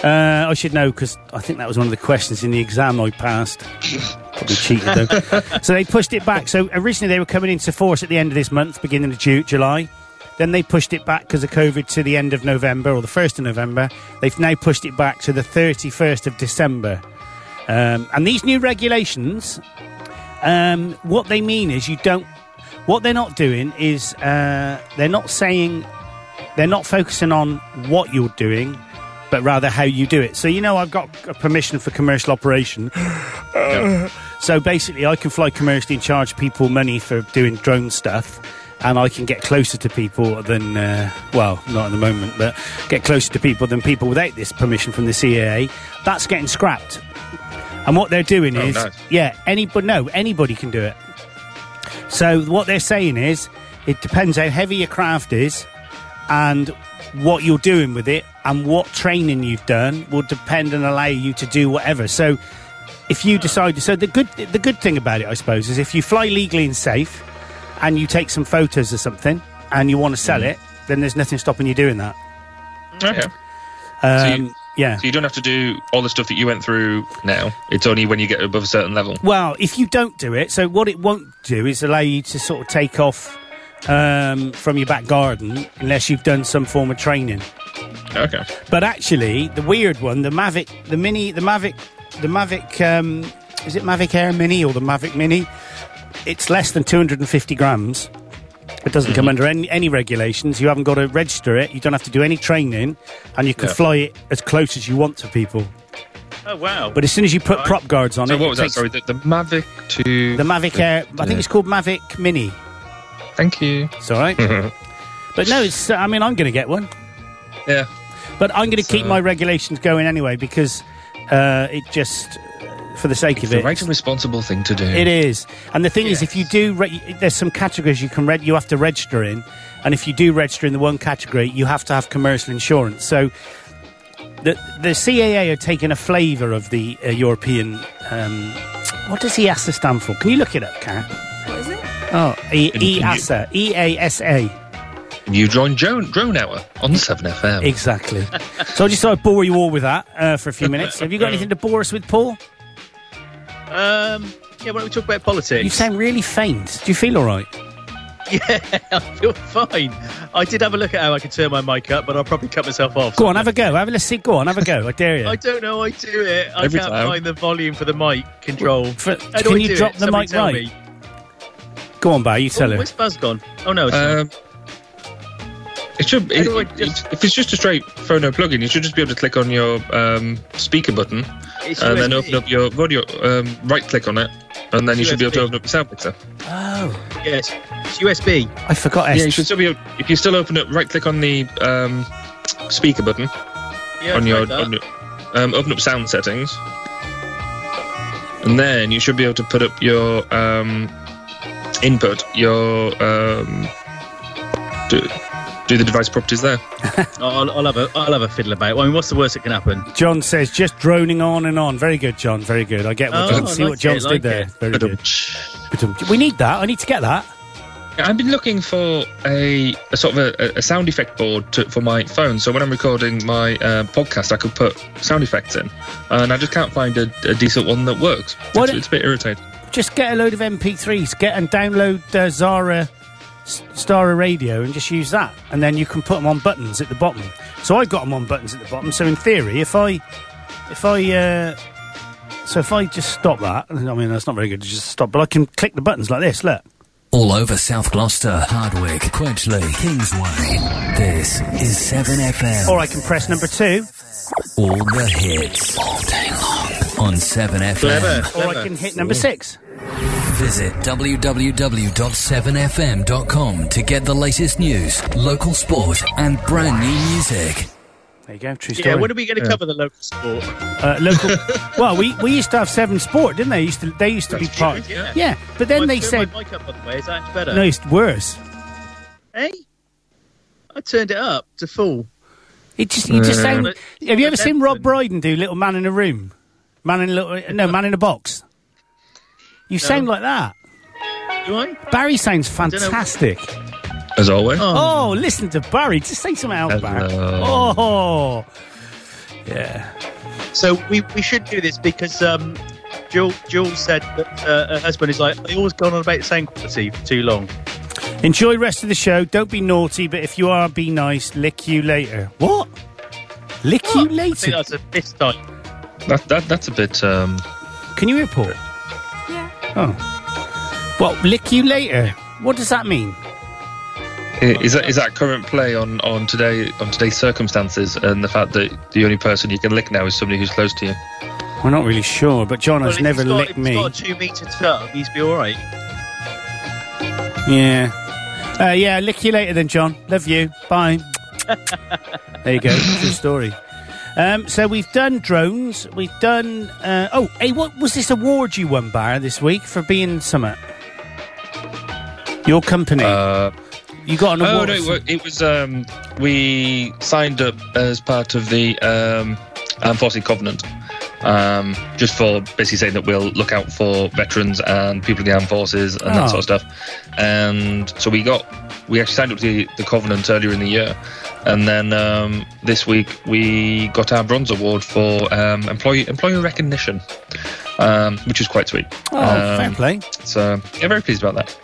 Uh, I should know because I think that was one of the questions in the exam I passed. Probably cheated though. so they pushed it back. So originally they were coming into force at the end of this month, beginning of Ju- July. Then they pushed it back because of COVID to the end of November or the 1st of November. They've now pushed it back to the 31st of December. Um, and these new regulations, um, what they mean is you don't. What they're not doing is uh, they're not saying they're not focusing on what you're doing, but rather how you do it. So you know, I've got a permission for commercial operation. So basically, I can fly commercially and charge people money for doing drone stuff, and I can get closer to people than, uh, well, not at the moment, but get closer to people than people without this permission from the CAA. That's getting scrapped. And what they're doing
Oh,
is,
nice.
yeah, anybody, no, anybody can do it. So what they're saying is, it depends how heavy your craft is, and what you're doing with it, and what training you've done will depend and allow you to do whatever. So if you decide so the good the good thing about it i suppose is if you fly legally and safe and you take some photos or something and you want to
Mm.
sell it then there's nothing stopping you doing that
Okay.
um,
you-
yeah
So you don't have to do all the stuff that you went through now. It's only when you get above a certain level.
well if you don't do it so what it won't do is allow you to sort of take off um, from your back garden unless you've done some form of training
Okay.
But actually, the weird one, the Mavic, the Mini, the Mavic, the Mavic, um, is it Mavic Air Mini or the Mavic Mini? It's less than 250 grams. It doesn't
Mm-hmm.
come under any, any regulations. You haven't got to register it. You don't have to do any training, and you can
Yeah.
fly it as close as you want to people.
Oh wow!
But as soon as you put
Right.
prop guards on
So
it,
what
it
was that?
takes-
Sorry, the, the Mavic to
the Mavic Air. I think it's called Mavic Mini.
Thank you.
It's all right.
Mm-hmm.
but no, it's. I mean, I'm going to get one.
Yeah.
But I'm going to keep
So-
my regulations going anyway because uh, it just, for the sake
It's
of
the
it,
right and responsible thing to do.
it is. And the thing is, if you do, re- there's some categories you can read. You have to register in, and if you do register in the one category, you have to have commercial insurance. So. The, the CAA are taking a flavour of the E uh, European. Um, what does EASA stand for? Can you look it up, Karen?
What is it?
Oh, E
Can-
E
can you-
ASA. E A S A.
You join Drone, Drone Hour on 7FM.
Exactly. so I just thought I'd bore you all with that uh, for a few minutes. Have you got anything to bore us with, Paul?
Um, yeah, why don't we talk about politics?
You
(laughs)
sound really faint. Do you feel all right?
yeah, I feel fine. I did have a look at how I could turn my mic up, but I'll probably cut myself off.
Go on, have a go. Have a let's see. Go on, have a go. I dare you.
(laughs) I don't know. how I do it. I
Every
can't
time.
find the volume for the mic control.
For-
how do
can
I
you
do
drop the
it? Somebody
mic
tell
right?
Me.
Go on, Barry. You tell
oh,
her.
Where's Buzz gone? Oh no, it's not.
Um, it should. It,
Anyway,
it-
just-
if it's just a straight phono plugin, you should just be able to click on your um, speaker button
It's
and then
USB.
open up your audio. Um, right click on it, and then you should be able to
USB.
open up your sound mixer.
Oh,
Yes, it's USB.
I forgot.
Yeah, you
Esther.
should still be. able- If you still open up, right click on the um, speaker button
Yeah,
on
it's
your,
like that.
on your um, open up sound settings, and then you should be able to put up your um, input, your um, do, do the device properties there.
I'll, I'll have a I'll have a fiddle about. it. I mean, what's the worst that can happen?
John says just droning on and on. Very good, John. Very good. I get what
Oh,
John.
I
See
like
what John's
it, like
did there. Very
it.
good. We need that. I need to get that.
I've been looking for a, a sort of a, a sound effect board to, for my phone. So when I'm recording my uh, podcast, I could put sound effects in, and I just can't find a, a decent one that works.
Why
It's,
don't-
it's a bit irritating.
Just get a load of MP3s. Get and download uh, Zara S- Stara Radio and just use that, and then you can put them on buttons at the bottom. So I got them on buttons at the bottom. So in theory, if I if I uh, so if I just stop that, (laughs) I mean that's not very good to just stop, but I can click the buttons like this. Look.
All over South Gloucester, Hardwick, Quenchley, Kingsway. This is 7FM.
Or I can press number two,
All the hits. All day long. On 7FM.
Clever.
or
clever.
I can hit number six.
Visit www.7fm.com to get the latest news, local sport, and brand new music.
There you go. True story.
Yeah, when are we going to cover the local sport?
uh, local. (laughs) well, we, we used to have Seven Sport, didn't they? Used to they used to be
That's true,
part.
yeah.
yeah, but then
Well,
they
turn my uh,
said
mic up, by the way. Is that any better?
no, it's worse.
Hey, I turned it up to full.
It just you just
Uh,
sound.
but-
Have you ever
but
seen
then-
Rob Brydon do Little Man in a Room, Man in a Little No Man in a Box? You sound like that.
Do I?
Barry sounds
know.
fantastic.
As always,
Oh, listen to Barry. Just say something else, Barry.
Hello.
Oh, yeah.
So we, we should do this because um, Jewel Jewel said that uh, her husband is like they always gone on about sound quality for too long.
Enjoy rest of the show. Don't be naughty, but if you are, be nice. Lick you later. What? Lick you
I think
later?
that's a fist time.
that, that that's a bit. Um,
Can you hear Paul?
Yeah.
Oh. Well, lick you later. What does that mean?
i- is that is that current play on, on today on today's circumstances and the fact that the only person you can lick now is somebody who's close to you?
We're not really sure, but John has never licked me.
He's got a two meter tub. He's be all right.
Yeah. Uh, yeah, lick you later then, John. Love you. Bye. there you go. True story. Um, so we've done drones. We've done. Uh, oh, hey, what was this award you won, Bar, this week for being Summit? Your company.
Uh,
you got an
Oh
award.
no, it wa- it was um, we signed up as part of the um, Enforcing Covenant, um, just for basically saying that we'll look out for veterans and people in the armed forces and
Oh.
that sort of stuff. And so we got we actually signed up to the, the Covenant earlier in the year, and then um, this week we got our bronze award for um, employee employer recognition, um, which is quite sweet.
oh, fair
Um,
play.
so yeah, very pleased about that.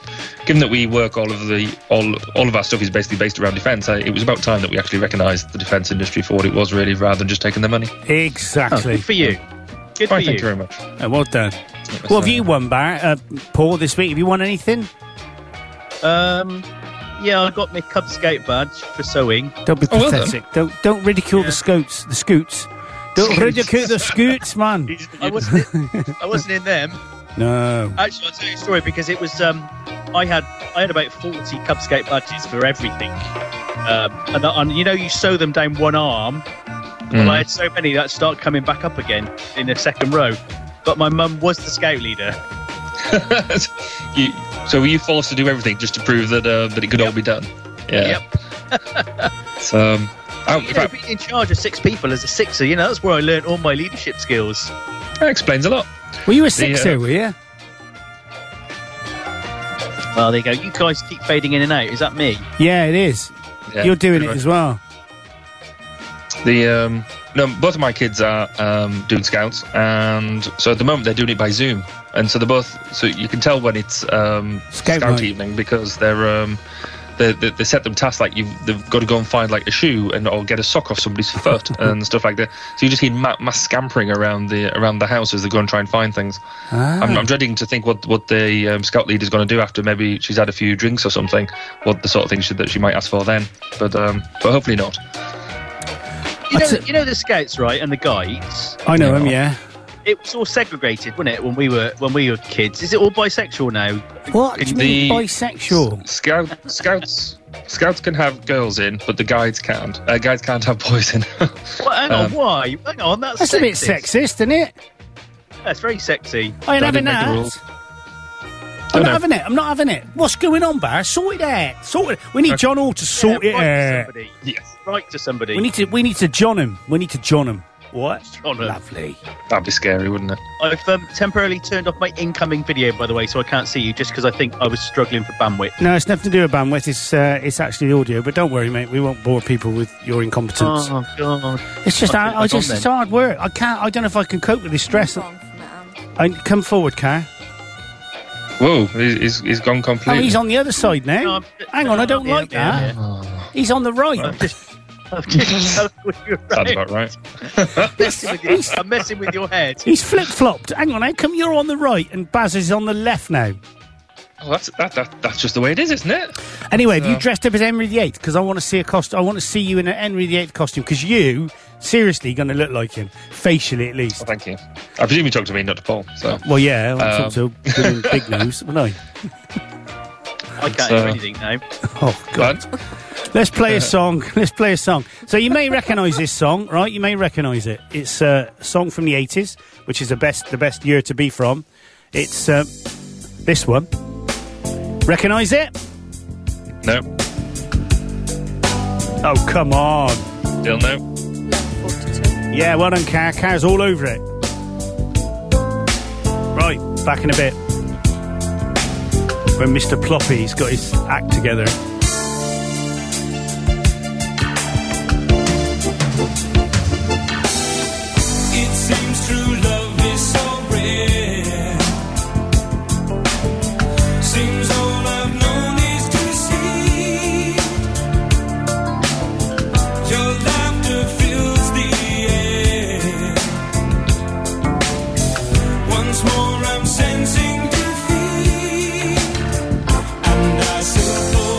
Given that we work all of the all all of our stuff is basically based around defence, uh, it was about time that we actually recognised the defence industry for what it was really, rather than just taking their money.
Exactly.
Good for you. Good
Right,
for
thank
you.
you very much.
Oh, well done. What have you won, Bar? Uh, Paul, this week? Have you won anything?
Um, yeah, I got my Cub Scout badge for sewing.
Don't be
Oh, well done.
pathetic. don't don't ridicule the scoots. The scoots. Don't ridicule the scoots,
(laughs)
man.
I wasn't. In, I wasn't in them.
No.
Actually, I'll tell you a story because it was. Um, I had I had about forty Cub Scout badges for everything, um, and, and you know you sew them down one arm.
Mm.
Well, I had so many that start coming back up again in the second row. But my mum was the scout leader.
You- (laughs) so were you forced to do everything just to prove that uh, that it could all be done? Yeah.
Yep.
So, um, I, in
You know,
fact,
being in charge of six people as a sixer, you know, that's where I learned all my leadership skills.
that explains a lot.
Were you a sixer,
uh,
were you?
Well, there you go. You guys keep fading in and out. Is that me?
Yeah, it is.
Yeah,
You're doing it
pretty
as well.
The um, no, both of my kids are um, doing scouts, and so at the moment they're doing it by Zoom, and so they're both. So you can tell when it's um,
Scout
scout,
night.
evening because they're. Um, they, they, they set them tasks like you've they've got to go and find like a shoe and or get a sock off somebody's foot and stuff like that. So you just hear ma- mass scampering around the around the house as they go and try and find things. I'm, I'm dreading to think what what the um, scout leader's going to do after maybe she's had a few drinks or something. What the sort of things she, that she might ask for then, but um, but hopefully not.
You know,
That's it.
you know the scouts, right, and the guides.
I know him, yeah.
It was all segregated, wasn't it, when we were when we were kids? Is it all bisexual now?
What? Do you mean
The-
bisexual?
Scout, scouts, scouts can have girls in, but the guides can't. Uh, guides can't have boys in. (laughs)
Well, hang on,
Um,
why? Hang on, that's
That's a bit
sexist.
sexist, isn't it?
That's very sexy.
I ain't
Don't
having
make the
that.
rules.
I'm
Don't
not
know.
having it. I'm not having it. What's going on, Bar? Sort it out. Sort it. We need John Hall to sort
Yeah,
it uh,
write
out.
to somebody.
Yes.
Write to somebody.
We need to. We need to John him. We need to John him. What?
John 'em.
Lovely.
That'd be scary, wouldn't it?
I've um, temporarily turned off my incoming video, by the way, so I can't see you, just because I think I was struggling for bandwidth.
No, it's nothing to do with bandwidth. It's uh, it's actually the audio. But don't worry, mate. We won't bore people with your incompetence.
Oh God!
it's just I,
I-
I
I'm
just
on
it's
then.
hard work. I can't. I don't know if I can cope with this stress.
Move on from it, Anne.
I, come forward, Car.
Whoa, he's, he's- he's gone
Oh,
completely.
he's on the other side now.
No, I'm-
Hang on, I don't
Yeah,
like
yeah,
that.
yeah.
He's on the right.
I've just-
(laughs)
I've just told you,
That's
right?
about right.
I'm messing with your
(laughs)
head.
He's flip flopped. Hang on, how come you're on the right and Baz is on the left now?
Oh, that's that, that that's just the way it is, isn't it?
Anyway, have you dressed up as Henry VIII? Because I want to see a cost. I want to see you in an Henry VIII costume. Because you, seriously, going to look like him facially at least.
Well, Oh, thank you. I presume you talked to me, not to Paul. So
Well, yeah, I'm
Um.
sort of doing
(laughs)
big news, will I?
I can't
So-
do anything now.
Oh God!
But
Let's play a song. Let's play a song. So you may recognise this song, right? You may recognise it. It's a song from the '80s, which is the best the best year to be from. It's uh, this one. Recognise it?
no,
Oh come on!
still no.
Level 42.
Yeah, well done, Car. Car's all over it. Right, back in a bit. When Mr. Ploppy's got his act together.
It seems true love is so rare. Seems all I've known is deceit. Your laughter fills the air. Once more I'm sensing defeat, and I suppose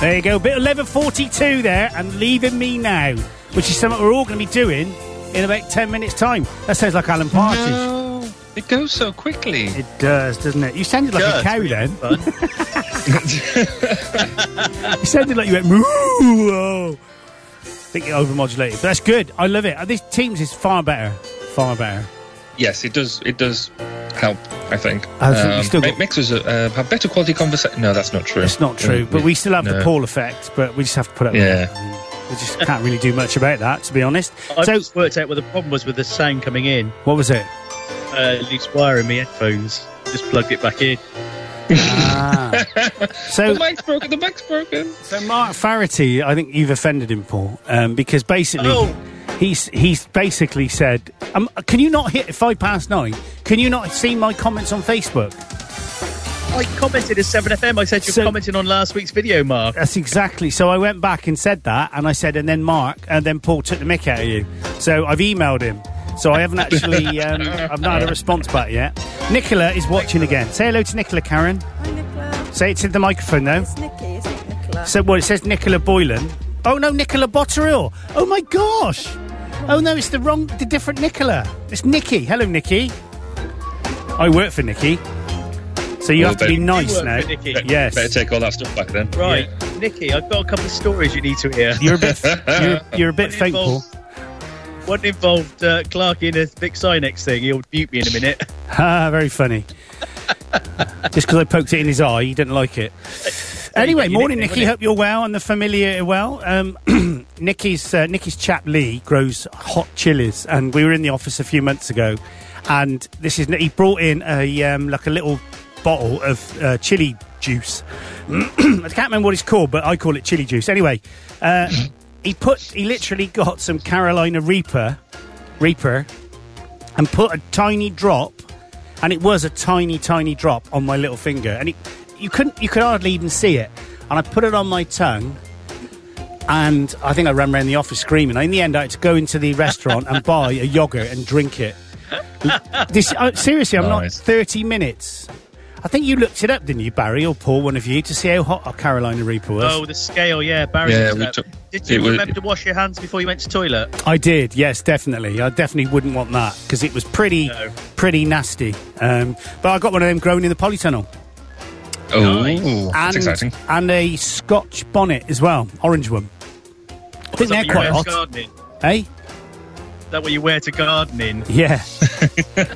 There you go. Bit 11.42 there and leaving me now, which is something we're all going to be doing in about 10 minutes' time. That sounds like Alan Partridge.
It goes so quickly.
It does, doesn't it? You sounded like
Does,
a cow
really
then. (laughs) you sounded like you went moo. oh. I think you overmodulated, but that's good. I love it. Uh, This Teams is far better, far better.
Yes, it does. It does help. I think. Um,
I think we Oh, still
mi-
got-
mixers uh, have better quality conversation. No, that's not true.
It's not true,
Uh,
but we still have the
no.
Paul effect. But we just have to put up. with
Yeah.
it. we just can't really do much about that, to be honest.
I've
So,
just worked out what the problem was with the sound coming in.
what was it?
Uh, loose wire in my headphones. Just plugged it back in.
Ah.
The
so,
mic's broken. The mic's broken.
so Mark Farity, I think you've offended him, Paul, um, because basically.
Oh.
He's, he's basically said, um, "Can you not hit five past nine? Can you not see my comments on Facebook?"
I commented as 7FM. I said you're
So-
commenting on last week's video, Mark.
That's exactly. So I went back and said that, and I said, and then Mark, and then Paul took the mick out of you. So I've emailed him. So I haven't actually, um, I've not had a response back yet. Nicola is watching again. Say hello to Nicola, Karen.
Hi, Nicola.
Say it to the microphone, though.
It's Nikki, isn't it, Nicola?
So, well, it says Nicola Boylan. Oh, no, Nicola Botterill. Oh, my gosh. Oh, no, it's the wrong, the different Nicola. It's Nikki. Hello, Nikki. I work for Nikki. So you
Well,
have to be
then-
nice
You work
now.
for Nikki.
Yes.
Better take all that stuff back then.
Right, Nikki, I've got a couple of stories you need to hear.
You're a
(laughs)
bit, you're, you're a bit
One
thankful.
involved- One involved uh, Clark in a Vic Sinex thing. He'll mute me in
(laughs)
a minute.
Ah, very funny. Just because I poked it in his eye, he didn't like it. Anyway,
you
morning,
nickname,
Nikki.
wouldn't
Hope you're well and the familiar are well. Um, (clears throat) Nikki's uh, Nikki's chap Lee grows hot chilies, and we were in the office a few months ago, and this is he brought in a um, like a little bottle of uh, chili juice. (clears throat) I can't remember what it's called, but I call it chili juice. Anyway, uh, he put he literally got some Carolina Reaper, Reaper, and put a tiny drop, and it was a tiny, tiny drop on my little finger, and it, you couldn't, you could hardly even see it. And I put it on my tongue, and I think I ran around the office screaming. In the end, I had to go into the restaurant and buy a yogurt and drink it. this uh, seriously, I'm
Nice.
not thirty minutes. I think you looked it up, didn't you, Barry or Paul, one of you, to see how hot a Carolina Reaper was.
Oh, the scale, yeah, Barry.
Yeah, we took-
Did
it
you
was-
remember to wash your hands before you went to toilet?
I did, yes, definitely. I definitely wouldn't want that because it was pretty,
No.
pretty nasty. Um, but I got one of them growing in the polytunnel,
Oh,
Nice.
that's
and
exciting.
and a Scotch bonnet as well, orange one. I think
Is that
they're
what you
quite
wear
hot,
to gardening?
eh?
Is that what you wear to gardening?
Yeah, (laughs)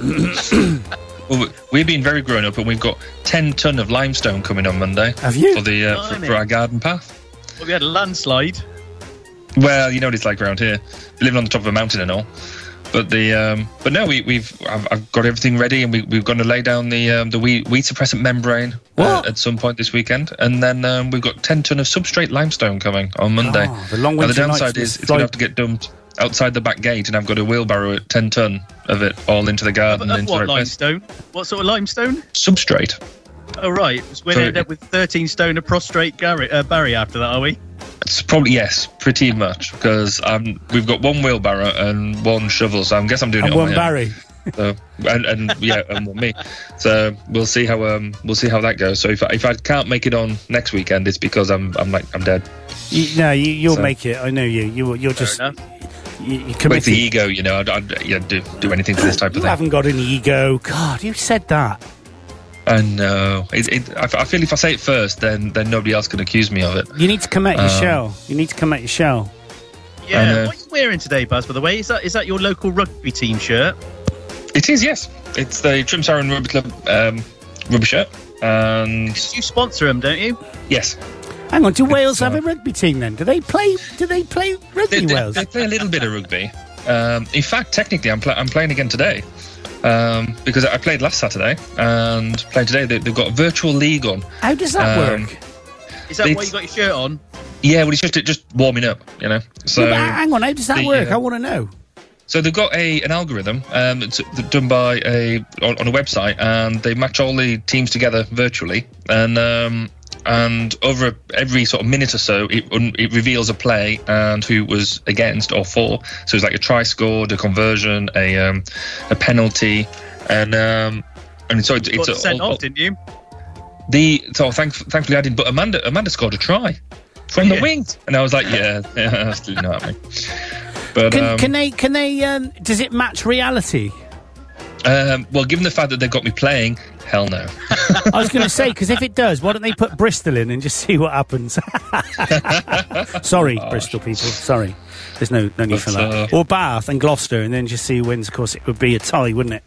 Well, we- we've been very grown up, and we've got ten ton of limestone coming on Monday.
Have you?
for the uh, for,
Blimey.
for our garden path?
Well, we had a landslide.
Well, you know what it's like around here, living on the top of a mountain and all. But the um, but no, we, we've I've, I've got everything ready, and we, we're going to lay down the um, the weed, weed suppressant membrane uh,
What?
at some point this weekend, and then um, we've got ten ton of substrate limestone coming on Monday.
Oh, the long
now the
winter nights
downside
with
is it's
fly-
going to have to get dumped outside the back gate, and I've got a wheelbarrow at ten ton of it all into the
Of,
garden and
of
into the
what
right place.
limestone? What sort of limestone?
Substrate.
Oh, right. So we're
So-
going to end up with 13 stone of prostrate gar- uh, Barry after that, are we?
It's probably yes, pretty much, because um, we've got one wheelbarrow and one shovel, so I guess I'm doing
and
it on
one
my own.
Barry.
so, and, and yeah, and one me. So we'll see how um we'll see how that goes. So if I, if I can't make it on next weekend, it's because I'm I'm like I'm dead.
You, no, you, you'll
So-
make it. I know you. You you're just
enough.
you, you're
With the
committed.
ego, you know, I'd, I'd yeah, do do anything for this type
You
of thing.
haven't got any ego. God, you said that.
I know. It, it, I, f- I feel if I say it first, then then nobody else can accuse me of it.
You need to come out your
Um,
shell. You need to come out your shell.
Yeah.
know.
What are you wearing today, Buzz, by the way? Is that is that your local rugby team shirt?
It is yes. It's the Trim Siren Rugby Club um, rubber shirt, and
You sponsor them, don't you?
yes,
Hang on, do Wales
uh,
have a rugby team then? Do they play? Do they play
they,
rugby?
they-
Wales?
they play a little bit of rugby. Um, in fact, technically, I'm, pl- I'm playing again today um, because I played last Saturday and played today. They, they've got a virtual league on.
How does that
Um,
work?
Is that
They-
why you got your shirt on?
Yeah, well, it's just it just warming up, you know. So,
Yeah, but hang on, how does that
the,
work?
uh,
I want to know.
so they've got a an algorithm um, it's done by a on, on a website, and they match all the teams together virtually, and um, and over every sort of minute or so, it un- it reveals a play and who it was against or for. So it's like a try scored, a conversion, a um, a penalty, and um, and so it's,
You
it's
got sent
all-
off, didn't you?
the so thank, thankfully I didn't, but Amanda Amanda scored a try. from the wings. And I was like, yeah, (laughs) yeah that's absolutely not happening. But
Can,
um,
can they? Can they? Um, does it match reality?
um, well, given the fact that they got me playing,
(laughs)
hell no.
I was going to say because if it does, why don't they put Bristol in and just see what happens? (laughs) Sorry, Bristol people. Sorry, there's no no need for
But, uh,
that. Or Bath and Gloucester, and then just see who wins. Of course, it would be a tie, wouldn't it?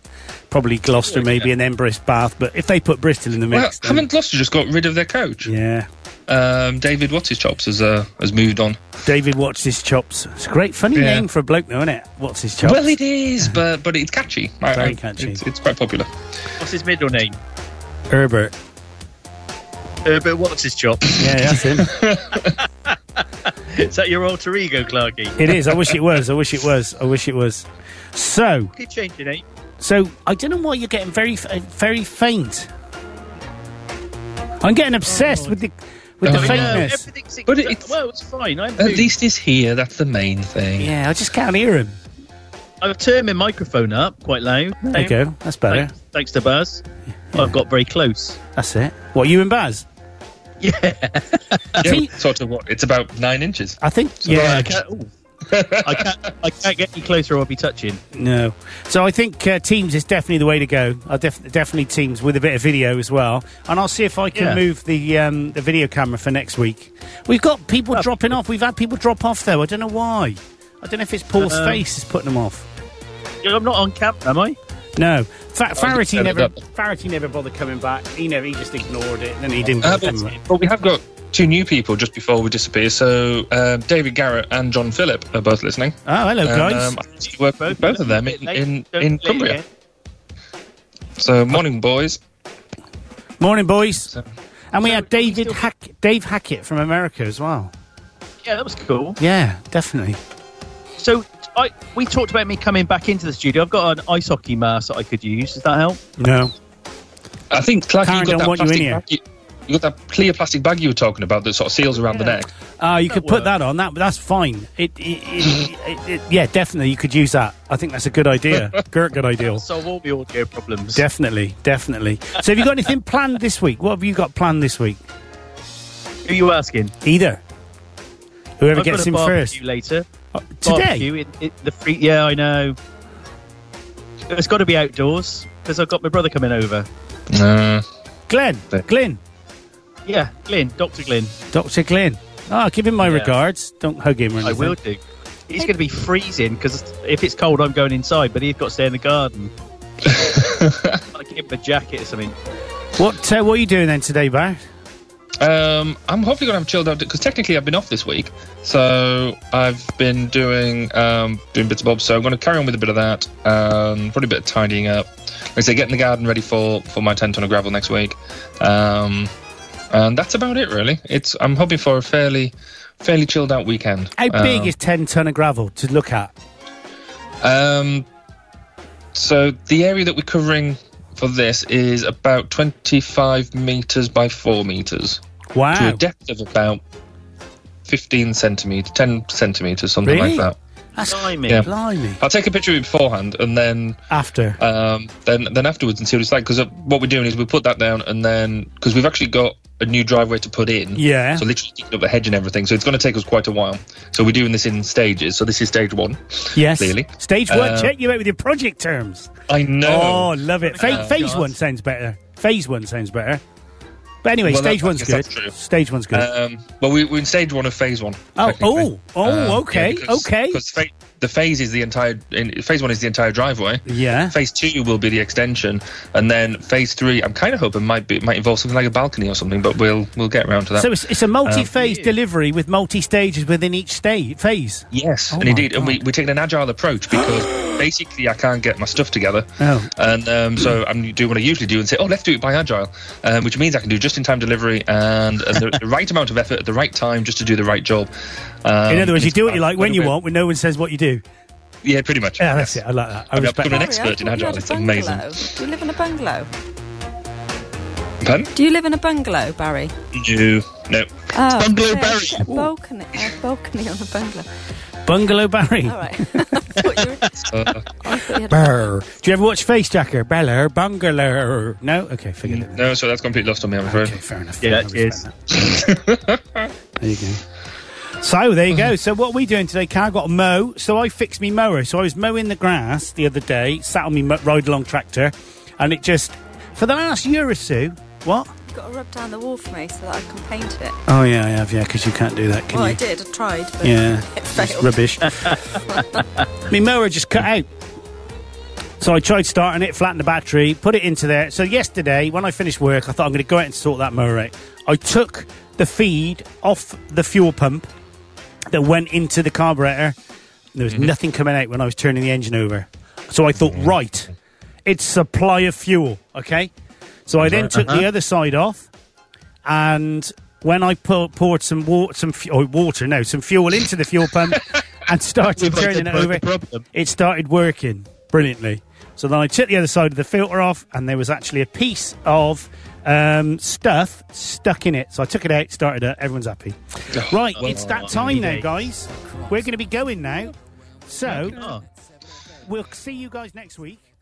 Probably Gloucester, maybe, and then Brist Bath. But if they put Bristol in the
Well,
mix, then-
haven't Gloucester just got rid of their coach?
yeah.
Um, David What's his chops has uh, has moved on.
David watches his chops. It's a great, funny
Yeah.
name for a bloke, though, isn't it? What's his chops? (laughs)
Well, it is, but but it's catchy. I-
Very
I-
catchy.
It's, it's quite popular.
What's his middle name?
Herbert.
Herbert. What's his
(laughs)
job?
Yeah, that's him.
Is that your alter ego, Clarky?
it is. I wish it was. I wish it was. I wish it was. So,
Keep changing eh? name.
so I don't know why you're getting very, f- uh, very faint. I'm getting obsessed with the with the
Oh, yeah.
faintness.
everything's
But it's-
well, it's fine. I'm
At least he's here. That's the main thing.
Yeah, I just can't hear him.
I've turned my microphone up quite loud.
There you go. That's better.
Thanks, thanks to Buzz, I've got very close.
That's it. What you and Baz?
Yeah,
See-
sort of what? It's about nine inches.
I think.
I
Yeah.
can't, ooh. I can't. I can't get any closer. or I'll be touching.
No. So I think uh, Teams is definitely the way to go. I def- definitely Teams with a bit of video as well. And I'll see if I can
Yeah.
move the um, the video camera for next week. We've got people dropping off. We've had people drop off though. I don't know why. I don't know if it's Paul's
Um,
face is putting them off.
I'm not on camp, am I?
No, Fa- Farity
set it
never
up.
Farity never bothered coming back. He never he just ignored it. And then he didn't.
Uh,
bother coming
but,
back.
but we have got two new people just before we disappear. So um, David Garrett and John Phillip are both listening.
oh, hello
And,
guys.
um, I actually work with both of them in in, in Cumbria. So morning, boys.
Morning, boys.
So-
And we
So,
had
are we
David
still-
Hack- Dave Hackett from America as well.
Yeah, that was cool.
Yeah, definitely.
So I we talked about me coming back into the studio. I've got an ice hockey mask that I could use. Does that help?
No.
I think Clark,
Karen don't
you got that
want you in
plastic
here.
bag. You, you got that clear plastic bag you were talking about that sort of seals around the neck.
Uh, you could put
work?
that on that, but that's fine. It, it, it, it, it- yeah, definitely, you could use that. I think that's a good
(laughs)
idea. Good, good idea.
Solve all the audio problems.
Definitely, definitely. So, have you got anything planned this week? What have you got planned this week?
Who are you asking?
Either. Whoever
I've
gets
got a
in
barbecue
first.
later.
Uh, Today.
Barbecue in, in the free. Yeah, I know. It's got to be outdoors because I've got my brother coming over.
No.
Glenn.
There.
Glenn.
Yeah, Glenn, Doctor Glenn.
Dr. Glenn. Ah, give him my
Yeah.
regards. Don't hug him or anything.
I will do. He's going to be freezing because if it's cold, I'm going inside, but he's got to stay in the garden. I give him a jacket or something.
What, uh, what are you doing then today, Bar?
Um, I'm hopefully going to have chilled out because technically I've been off this week, so I've been doing um, doing bits of bobs. So I'm going to carry on with a bit of that, um, probably a bit of tidying up. Like I say, getting the garden ready for for my ten ton of gravel next week, um, and that's about it really. It's I'm hoping for a fairly fairly chilled out weekend.
How big
Um,
is 10 ton of gravel to look at?
Um, so the area that we're covering for this is about 25 meters by 4 meters to
Wow.
a depth of about 15 centimeters, 10 centimeters, something
Really?
like that.
That's
Blimey.
Yeah.
blimey.
I'll take a picture of it beforehand and then
After.
um, then then afterwards and see what it's like. Because what we're doing is we put that down and then because we've actually got a new driveway to put in.
Yeah.
So literally digging up the hedge and everything. So it's going to take us quite a while. So we're doing this in stages. So this is stage one.
Yes.
Clearly.
Stage one,
Uh,
check you out with your project terms.
I know.
Oh, love it. Fa-
Oh,
phase
God.
one sounds better. Phase one sounds better. But anyway,
Well,
stage
that- I
one's
guess
good.
that's true.
Stage one's good.
Um, well, we, we're in stage one of phase one.
Oh,
technically. Uh, Um,
oh, oh, okay, okay.
Because fa- the phase is the entire in, phase one is the entire driveway.
yeah.
Phase two will be the extension, and then phase three. I'm kind of hoping might be might involve something like a balcony or something, but we'll we'll get around to that. Um,
So it's, it's a multi-phase
Yeah.
delivery with multi-stages within each stage phase.
yes,
Oh
and
my
indeed, and we
God.
we're taking an agile approach
(gasps)
because basically I can't get my stuff together,
Oh.
and um, so I'm doing what I usually do and say, oh, let's do it by agile, um, which means I can do just in time delivery and, and the, the right amount of effort at the right time just to do the right job. Um,
In other words, you
it's
do what you
about-
like when you
we're-
want, when no one says what you do.
Yeah, pretty much.
Yeah, that's
yes.
it. I like that. I
I've
respect
got an
that.
ex- expert in
I thought you
agile,
had a
it's amazing.
bungalow. Do you live in a bungalow?
Pardon?
Do you live in a bungalow, Barry?
No, no.
Oh,
Bungalow
okay,
Barry.
I've got A balcony, a balcony on a
(laughs)
bungalow.
Bungalow Barry.
All right. (laughs) I thought you were-
Uh,
I thought you had a
Brr. Do you ever watch Face Jacker? Beller, Bungalow. No? Okay,
Mm.
forget it.
no, so that's completely lost on me, I'm afraid.
Okay, fair enough.
Yeah,
I respect
cheers.
that. there you go. So there you go. So what are we doing today, Cal? I got a mow. So I fixed me mower. So I was mowing the grass the other day, sat on my ride along tractor, and it just for the last year or so. What?
You've got to rub down the wall for me so that I can paint it.
Oh yeah, I have. Yeah, because you can't do that, can
well,
you?
I did. I tried, but
(laughs) Yeah,
it
it's
failed.
rubbish. (laughs) My mower just cut out. So I tried starting it, flattened the battery, put it into there. So yesterday, when I finished work, I thought I'm going to go out and sort that mower out. I took the feed off the fuel pump that went into the carburetor. There was nothing coming out when I was turning the engine over. So I thought, right, it's supply of fuel, okay? So I then took
uh-huh.
the other side off, and when I pour, poured some water, some fu- oh, water, no, some fuel into the fuel
(laughs)
pump and started
We've
turning it
identified
over,
the problem.
it started working brilliantly. So then I took the other side of the filter off, and there was actually a piece of um, stuff stuck in it. So I took it out, started it. Everyone's happy.
Oh,
right, it's that time now, guys. We're going to be going now. So
Oh.
we'll see you guys next week.